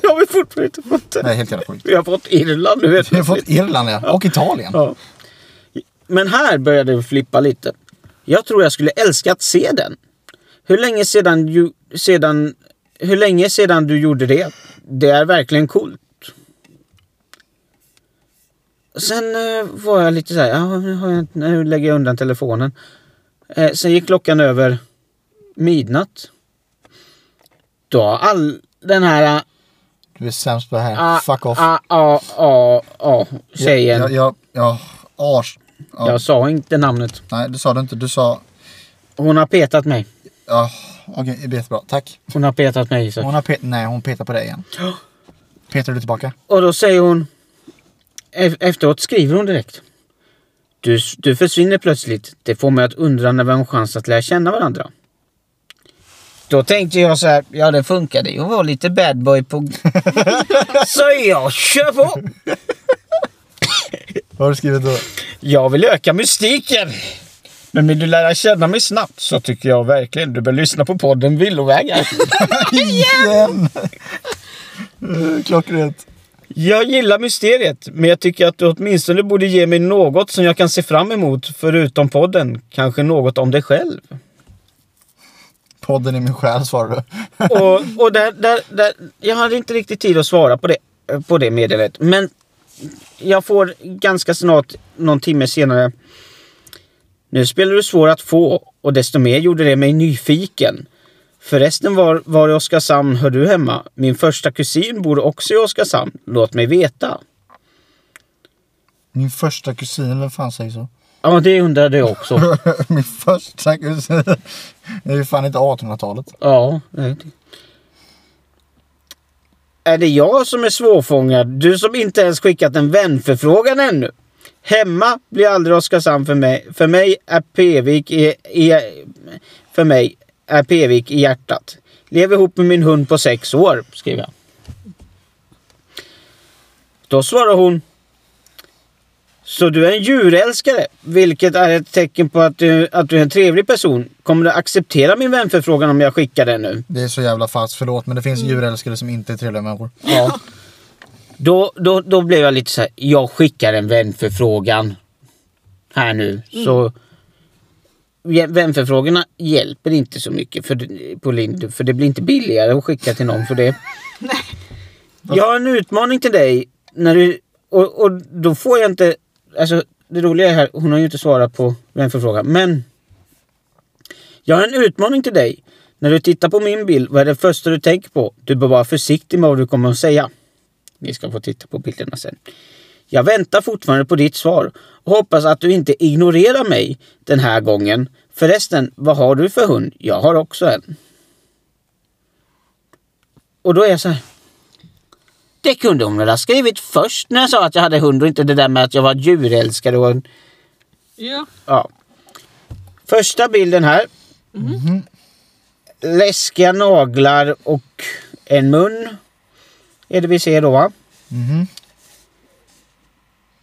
Speaker 5: det har vi fortfarande inte fått.
Speaker 2: Nej, helt jävla sjukt.
Speaker 5: Vi har fått Irland nu. helt
Speaker 2: Vi har
Speaker 5: plötsligt.
Speaker 2: fått Irland ja. och Italien.
Speaker 5: Ja. Men här började det flippa lite. Jag tror jag skulle älska att se den. Hur länge sedan, ju, sedan, hur länge sedan du gjorde det? Det är verkligen coolt. Sen eh, var jag lite så här, ja, nu, har jag, nu lägger jag undan telefonen. Eh, sen gick klockan över midnatt. Då har all den här...
Speaker 2: Du är sämst på det här.
Speaker 5: ah,
Speaker 2: Fuck off.
Speaker 5: ah, ah, ah, ah, tjejen.
Speaker 2: Ja, ja, ja. Ars. Ja.
Speaker 5: Jag sa inte namnet.
Speaker 2: Nej, det sa du inte. Du sa...
Speaker 5: Hon har petat mig.
Speaker 2: Ja, Okej, det blir jättebra. Tack.
Speaker 5: Hon har petat mig. Så.
Speaker 2: Hon har pet- Nej, hon petar på dig igen. Petar du tillbaka?
Speaker 5: Och då säger hon... e- Efteråt skriver hon direkt. Du, du försvinner plötsligt. Det får mig att undra när vi har en chans att lära känna varandra. Då tänkte jag så här, ja det funkade ju att vara lite bad boy på... (laughs) så jag kör på!
Speaker 2: Vad har du skrivit då?
Speaker 5: Jag vill öka mystiken! Men vill du lära känna mig snabbt så tycker jag verkligen du bör lyssna på podden Villovägar.
Speaker 2: (laughs) Igen! Eh, (laughs) Klockrent.
Speaker 5: Jag gillar mysteriet, men jag tycker att du åtminstone borde ge mig något som jag kan se fram emot förutom podden. Kanske något om dig själv.
Speaker 2: Podden i min själ svarar du.
Speaker 5: Och, och där, där, där, jag hade inte riktigt tid att svara på det, på det meddelandet. Men jag får ganska snart, någon timme senare. Nu spelar du svår att få och desto mer gjorde det mig nyfiken. Förresten var, var i Oskarshamn hör du hemma. Min första kusin bor också i Oskarshamn. Låt mig veta.
Speaker 2: Min första kusin, vem fan säger så? (laughs)
Speaker 5: Ja, det undrade jag också.
Speaker 2: Min första kusin. Det är ju fan inte 1800-talet.
Speaker 5: Ja. nej. Är det jag som är svårfångad? Du som inte ens skickat en vänförfrågan ännu? Hemma blir aldrig Oskarshamn för mig. För mig är Pevik i, i, för mig är Pevik i hjärtat. Lever ihop med min hund på sex år, skriver jag. Då svarar hon. Så du är en djurälskare, vilket är ett tecken på att du, att du är en trevlig person. Kommer du acceptera min vänförfrågan om jag skickar den nu?
Speaker 2: Det är så jävla falskt, förlåt men det finns djurälskare som inte är trevliga människor.
Speaker 5: Ja. Då, då, då blev jag lite så här, jag skickar en vänförfrågan här nu. Så Ja, vänförfrågorna hjälper inte så mycket för, på Lindu, för det blir inte billigare att skicka till någon för det. Jag har en utmaning till dig. När du, och, och då får jag inte... Alltså, det roliga är här, hon har ju inte svarat på vänförfrågan, men... Jag har en utmaning till dig. När du tittar på min bild, vad är det första du tänker på? Du bör vara försiktig med vad du kommer att säga. Ni ska få titta på bilderna sen. Jag väntar fortfarande på ditt svar och hoppas att du inte ignorerar mig den här gången. Förresten, vad har du för hund? Jag har också en. Och då är jag så här. Det kunde hon väl ha skrivit först när jag sa att jag hade hund och inte det där med att jag var djurälskare och en
Speaker 3: Ja.
Speaker 5: Ja. Första bilden här. Mhm. Läskiga naglar och en mun. Är det vi ser då va?
Speaker 2: Mhm.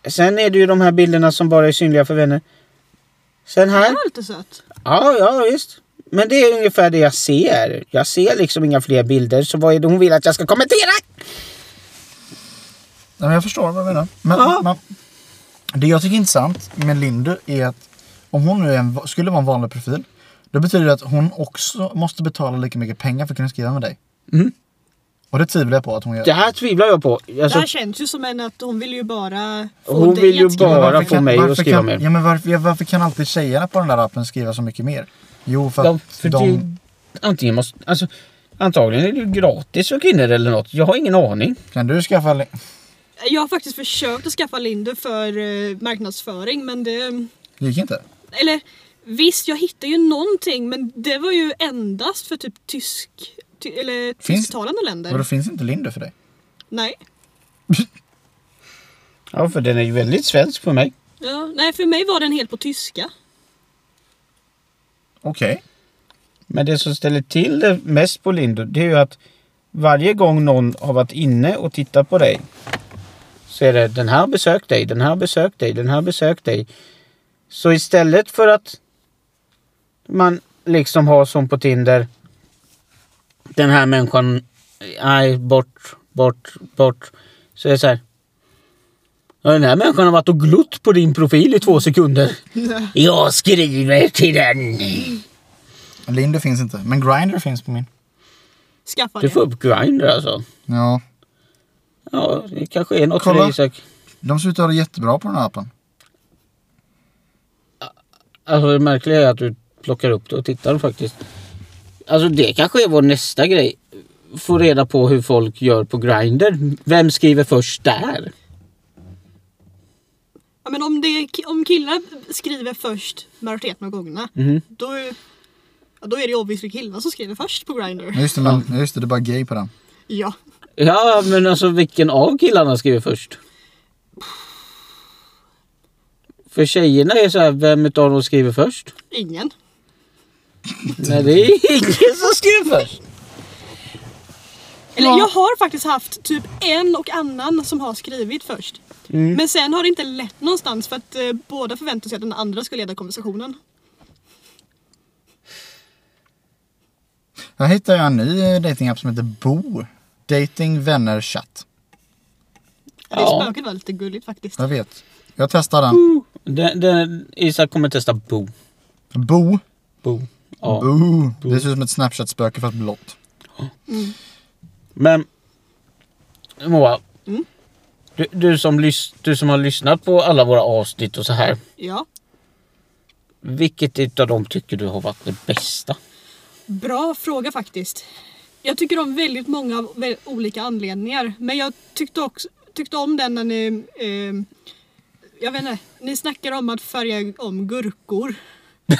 Speaker 5: Sen är det ju de här bilderna som bara är synliga för vänner. Sen
Speaker 3: Det
Speaker 5: här.
Speaker 3: var lite sött.
Speaker 5: Ja, ja visst. Men det är ungefär det jag ser. Jag ser liksom inga fler bilder. Så vad är det hon vill att jag ska kommentera?
Speaker 2: Nej, men jag förstår vad du menar. Men, men, det jag tycker är intressant med Lindy är att om hon nu är en, skulle vara en vanlig profil. Då betyder det att hon också måste betala lika mycket pengar för att kunna skriva med dig. Mm. Och det tvivlar jag på att hon gör.
Speaker 5: Det här tvivlar jag på.
Speaker 3: det
Speaker 5: Alltså,
Speaker 3: här känns ju som en att hon vill ju bara få
Speaker 5: Hon
Speaker 3: dig
Speaker 5: vill
Speaker 3: att
Speaker 5: ju
Speaker 3: skriva.
Speaker 5: bara-
Speaker 2: Varför
Speaker 5: få mig att skriva
Speaker 2: kan,
Speaker 5: mer.
Speaker 2: Ja, men varför, ja, varför kan alltid tjejerna på den där appen skriva så mycket mer? Jo, för att
Speaker 5: de, för
Speaker 2: de...
Speaker 5: det, antingen måste... Alltså, antagligen är det ju gratis för kvinnor eller något. Jag har ingen aning.
Speaker 2: Kan du skaffa... li-
Speaker 3: Jag har faktiskt försökt att skaffa Lindu för eh, marknadsföring men det...
Speaker 2: Det gick inte.
Speaker 3: Eller visst, jag hittade ju någonting men det var ju endast för typ tysk... Ty, eller tysktalande
Speaker 2: Och då
Speaker 3: länder.
Speaker 2: finns inte Lindy för dig.
Speaker 3: Nej.
Speaker 5: Ja, för den är ju väldigt svensk för mig.
Speaker 3: Ja, nej, för mig var den helt på
Speaker 5: (laughs)
Speaker 3: tyska.
Speaker 2: Okej.
Speaker 5: Men det som ställer till det mest på Lindo, det är ju att varje gång någon har varit inne och tittat på dig så är det den här besökt dig, den här besökt dig, den här besökt dig. Så istället för att man liksom har som på Tinder den här människan, nej bort, bort, bort. Så är det så här. "Ja, Den här människan har varit och glott på din profil i två sekunder. Jag skriver till den.
Speaker 2: Lindy finns inte. Men Grindr finns på min.
Speaker 3: Skaffa
Speaker 5: Du
Speaker 3: det.
Speaker 5: får upp Grindr alltså.
Speaker 2: Ja.
Speaker 5: Ja, det kanske är något för
Speaker 2: Kolla.
Speaker 5: dig Isak.
Speaker 2: De ser ut att ha det jättebra på den här appen.
Speaker 5: Alltså det märkliga är att du plockar upp det och tittar faktiskt. Alltså det kanske är vår nästa grej. Få reda på hur folk gör på Grindr. Vem skriver först där?
Speaker 3: Ja, men om, det, om killar skriver först majoriteten av gångerna, då, är- ja, då är det ju obviously killar som skriver först på Grindr.
Speaker 2: Ja, Just det, men, ja, just det, det är bara gay på den.
Speaker 3: Ja.
Speaker 5: Ja, men alltså vilken av killarna skriver först? För tjejerna är så här, vem utav dem skriver först?
Speaker 3: Ingen.
Speaker 5: Nej, det är (laughs) ingen som skriver först.
Speaker 3: Eller jag har faktiskt haft typ en och annan som har skrivit först. Men sen har det inte lett någonstans för att eh, båda förväntar sig att den andra ska leda konversationen.
Speaker 2: Här hittar jag en ny eh, datingapp som heter Bo. Dating vänner chatt.
Speaker 3: Det
Speaker 5: Ja.
Speaker 3: spöket var lite gulligt faktiskt.
Speaker 2: Jag vet. Jag testar den.
Speaker 5: Den, den, Isak kommer testa Bo.
Speaker 2: Bo.
Speaker 5: Bo. Ja.
Speaker 2: Bo. Det ser ut som ett Snapchat-spöke fast blått.
Speaker 5: Men Moa, du, du, som lys- du som har lyssnat på alla våra avsnitt och så här.
Speaker 3: Ja.
Speaker 5: Vilket utav dem tycker du har varit det bästa?
Speaker 3: Bra fråga faktiskt. Jag tycker om väldigt många av vä- olika anledningar. Men jag tyckte, också, tyckte om den när ni... ehm, jag vet inte, ni snackade om att färga om gurkor.
Speaker 5: (laughs)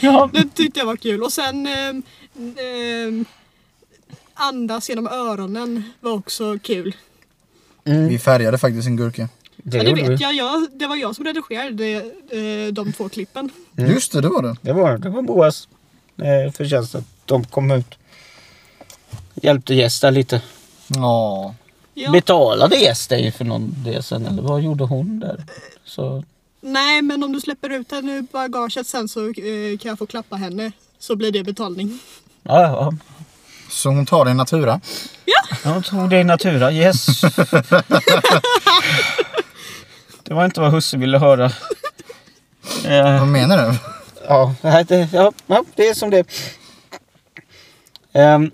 Speaker 5: Ja.
Speaker 3: (laughs) Det tyckte jag var kul. Och sen ehm, ehm, andas genom öronen var också kul.
Speaker 5: Mm.
Speaker 2: Vi färgade faktiskt en gurka.
Speaker 5: Det,
Speaker 3: Ja, det
Speaker 5: gjorde
Speaker 3: vet
Speaker 5: du.
Speaker 3: jag, jag. Det var jag som redigerade eh, de två klippen.
Speaker 5: Mm.
Speaker 2: Just det, det var det.
Speaker 5: Det var, det var Moas eh, förtjänst att de kom ut. Hjälpte gästen lite.
Speaker 2: Ja.
Speaker 3: Ja.
Speaker 5: Betalade gästen ju för någon det sen eller vad gjorde hon där? Så,
Speaker 3: Nej, men om du släpper ut henne ur bagaget sen så eh, kan jag få klappa henne. Så blir det betalning.
Speaker 5: ja, ja.
Speaker 2: Så hon tar det i natura.
Speaker 5: Jag tog det i natura, (laughs) yes. det var inte vad husse ville höra. Eh,
Speaker 2: Vad menar du?
Speaker 5: Ja, det, här, det, ja, ja, det är som det um,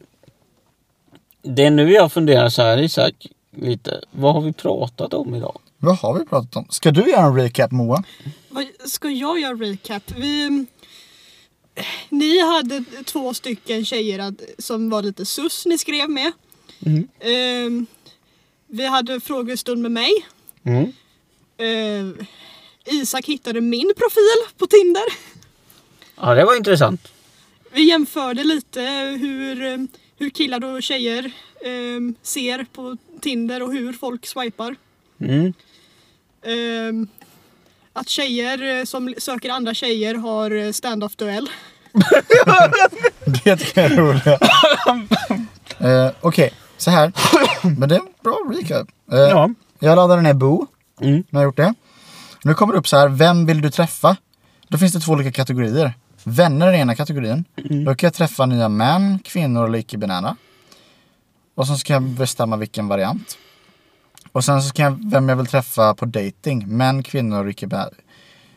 Speaker 5: Det är nu jag funderar så här Isak, lite. Vad har vi pratat om idag?
Speaker 2: Vad har vi pratat om? Ska du göra en recap Moa?
Speaker 3: Vad, ska jag göra recap? Vi, ni hade två stycken tjejer att- som var lite sus ni skrev med. Ehm, vi hade frågestund med mig
Speaker 1: Mm.
Speaker 3: Eh, Isak hittade min profil på Tinder.
Speaker 5: Ja, det var intressant.
Speaker 3: Vi jämförde lite hur, eh, hur killar och tjejer eh, ser på Tinder och hur folk swipar.
Speaker 5: Mm.
Speaker 3: Ehm, att tjejer eh, som söker andra tjejer har eh, stand-off-duell.
Speaker 2: Det är roligt.
Speaker 5: (laughs)
Speaker 2: eh, Okej, så här. Men det är en bra recap. Eh,
Speaker 5: Ja.
Speaker 2: Jag laddade ner Boo.
Speaker 5: Mm.
Speaker 2: Nu har jag gjort det. Nu kommer det upp så här, vem vill du träffa? Då finns det två olika kategorier. Vänner är den ena kategorin.
Speaker 5: Mm.
Speaker 2: Då kan jag träffa nya män, kvinnor eller icke-binära. Och sen ska jag bestämma vilken variant. Och sen så ska jag, vem jag vill träffa på dating. Män, kvinnor och icke-binära.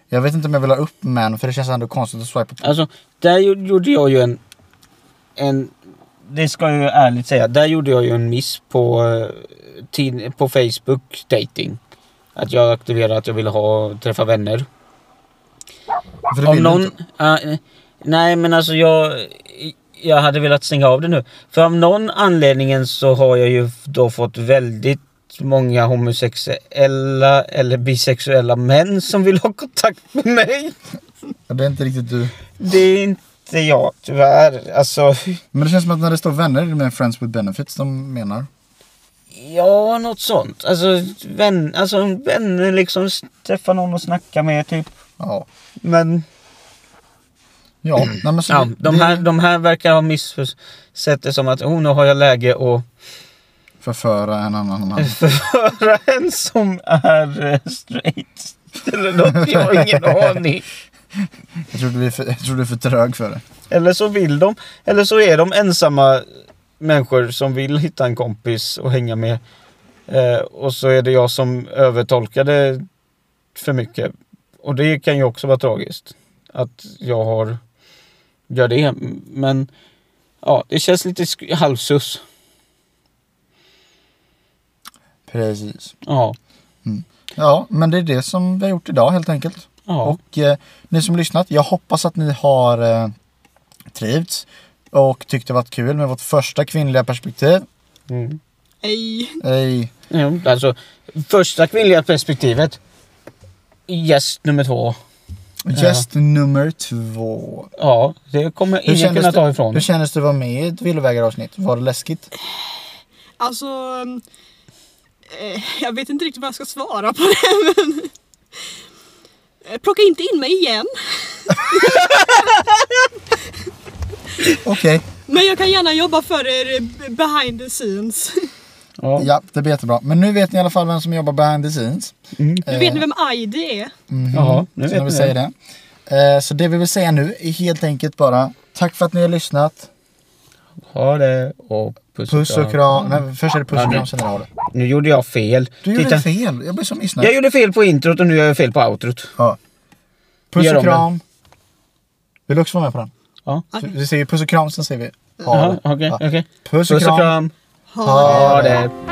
Speaker 2: Jag vet inte om jag vill ha upp män för det känns ändå konstigt att swipa på.
Speaker 5: Alltså, där gjo- gjorde jag ju en... en det ska jag ju ärligt säga. Där gjorde jag ju en miss på, eh, tin- på Facebook dating. Att jag aktiverade att jag ville ha, träffa vänner.
Speaker 2: För det
Speaker 5: Om
Speaker 2: vill du
Speaker 5: någon...
Speaker 2: inte.
Speaker 5: ah, eh, nej men alltså jag... Jag hade velat stänga av det nu. För av någon anledningen så har jag ju då fått väldigt många homosexuella eller bisexuella män som vill ha kontakt med mig.
Speaker 2: Det är inte riktigt du.
Speaker 5: Det är inte jag tyvärr. Alltså...
Speaker 2: Men det känns som att när det står vänner är det mer friends with benefits de menar.
Speaker 5: Ja, något sånt. Alltså, vän, alltså vänner liksom. s- Träffa någon och snacka med typ.
Speaker 2: Ja.
Speaker 5: Men...
Speaker 2: Ja, nej men så
Speaker 5: Mm. Ja,
Speaker 2: det-
Speaker 5: de,
Speaker 2: det-
Speaker 5: här, de här verkar ha missförstått det som att oh, nu har jag läge att (laughs)
Speaker 2: Förföra en annan
Speaker 5: Mm.
Speaker 2: man.
Speaker 5: förföra en som är eh, straight. Eller något, jag har (laughs) ingen aning.
Speaker 2: Jag tror du är för, jag tror du är för trög för det.
Speaker 5: Eller så vill de. Eller så är de ensamma människor som vill hitta en kompis och hänga med. Eh, och så är det jag som övertolkade för mycket. Och det kan ju också vara tragiskt. Att jag har... Gör det. Men... Ja, det känns lite sk- halvsus.
Speaker 2: Precis.
Speaker 5: Ja.
Speaker 2: Ja, men det är det som vi har gjort idag helt enkelt.
Speaker 5: Ja.
Speaker 2: Och eh, ni som har lyssnat, jag hoppas att ni har eh, trivts och tyckt det varit kul med vårt första kvinnliga perspektiv.
Speaker 5: Mm.
Speaker 3: Ej.
Speaker 2: Ej,
Speaker 5: Jo, alltså, första kvinnliga perspektivet. Gäst nummer två.
Speaker 2: gäst nummer två.
Speaker 5: Ja, det kommer ingen kunna ta ifrån.
Speaker 2: hur kändes det att vara med i ett villovägar-avsnitt? Var det läskigt?
Speaker 3: Alltså, eh, jag vet inte riktigt vad jag ska svara på det. (laughs) Men... Eh, Plocka inte in mig igen.
Speaker 2: Okej,
Speaker 3: Men jag kan gärna jobba för er eh, behind the scenes.
Speaker 5: Ja.
Speaker 2: ja det blir jättebra. Men nu vet ni i alla fall vem som jobbar behind the scenes.
Speaker 3: Nu vet ni vem ID är.
Speaker 5: Jaha, nu
Speaker 2: Nu
Speaker 5: vet
Speaker 2: vi
Speaker 5: ni
Speaker 2: säger
Speaker 5: det.
Speaker 2: det. Eh, Så det vi vill säga nu är helt enkelt bara tack för att ni har lyssnat.
Speaker 5: Ha det och puss,
Speaker 2: Puss och kram. Nej, först är det puss och kram, sen är det ha det.
Speaker 5: Mm. Nu gjorde jag fel.
Speaker 2: Du gjorde
Speaker 5: Titta.
Speaker 2: fel. Jag blir så
Speaker 5: Jag
Speaker 2: missnöjd.
Speaker 5: gjorde fel på introt och nu gör jag fel på outrot.
Speaker 2: Ja. Puss
Speaker 5: Gör
Speaker 2: och
Speaker 5: om
Speaker 2: kram. Vill du också vara med på den?
Speaker 5: Ja.
Speaker 2: Så Vi säger puss och kram, sen säger vi ha
Speaker 5: Jaha,
Speaker 2: det.
Speaker 5: okej.
Speaker 2: Ja.
Speaker 5: okej.
Speaker 2: Puss och
Speaker 5: Puss och
Speaker 2: kram.
Speaker 5: kram.
Speaker 3: Ha
Speaker 5: Ha det.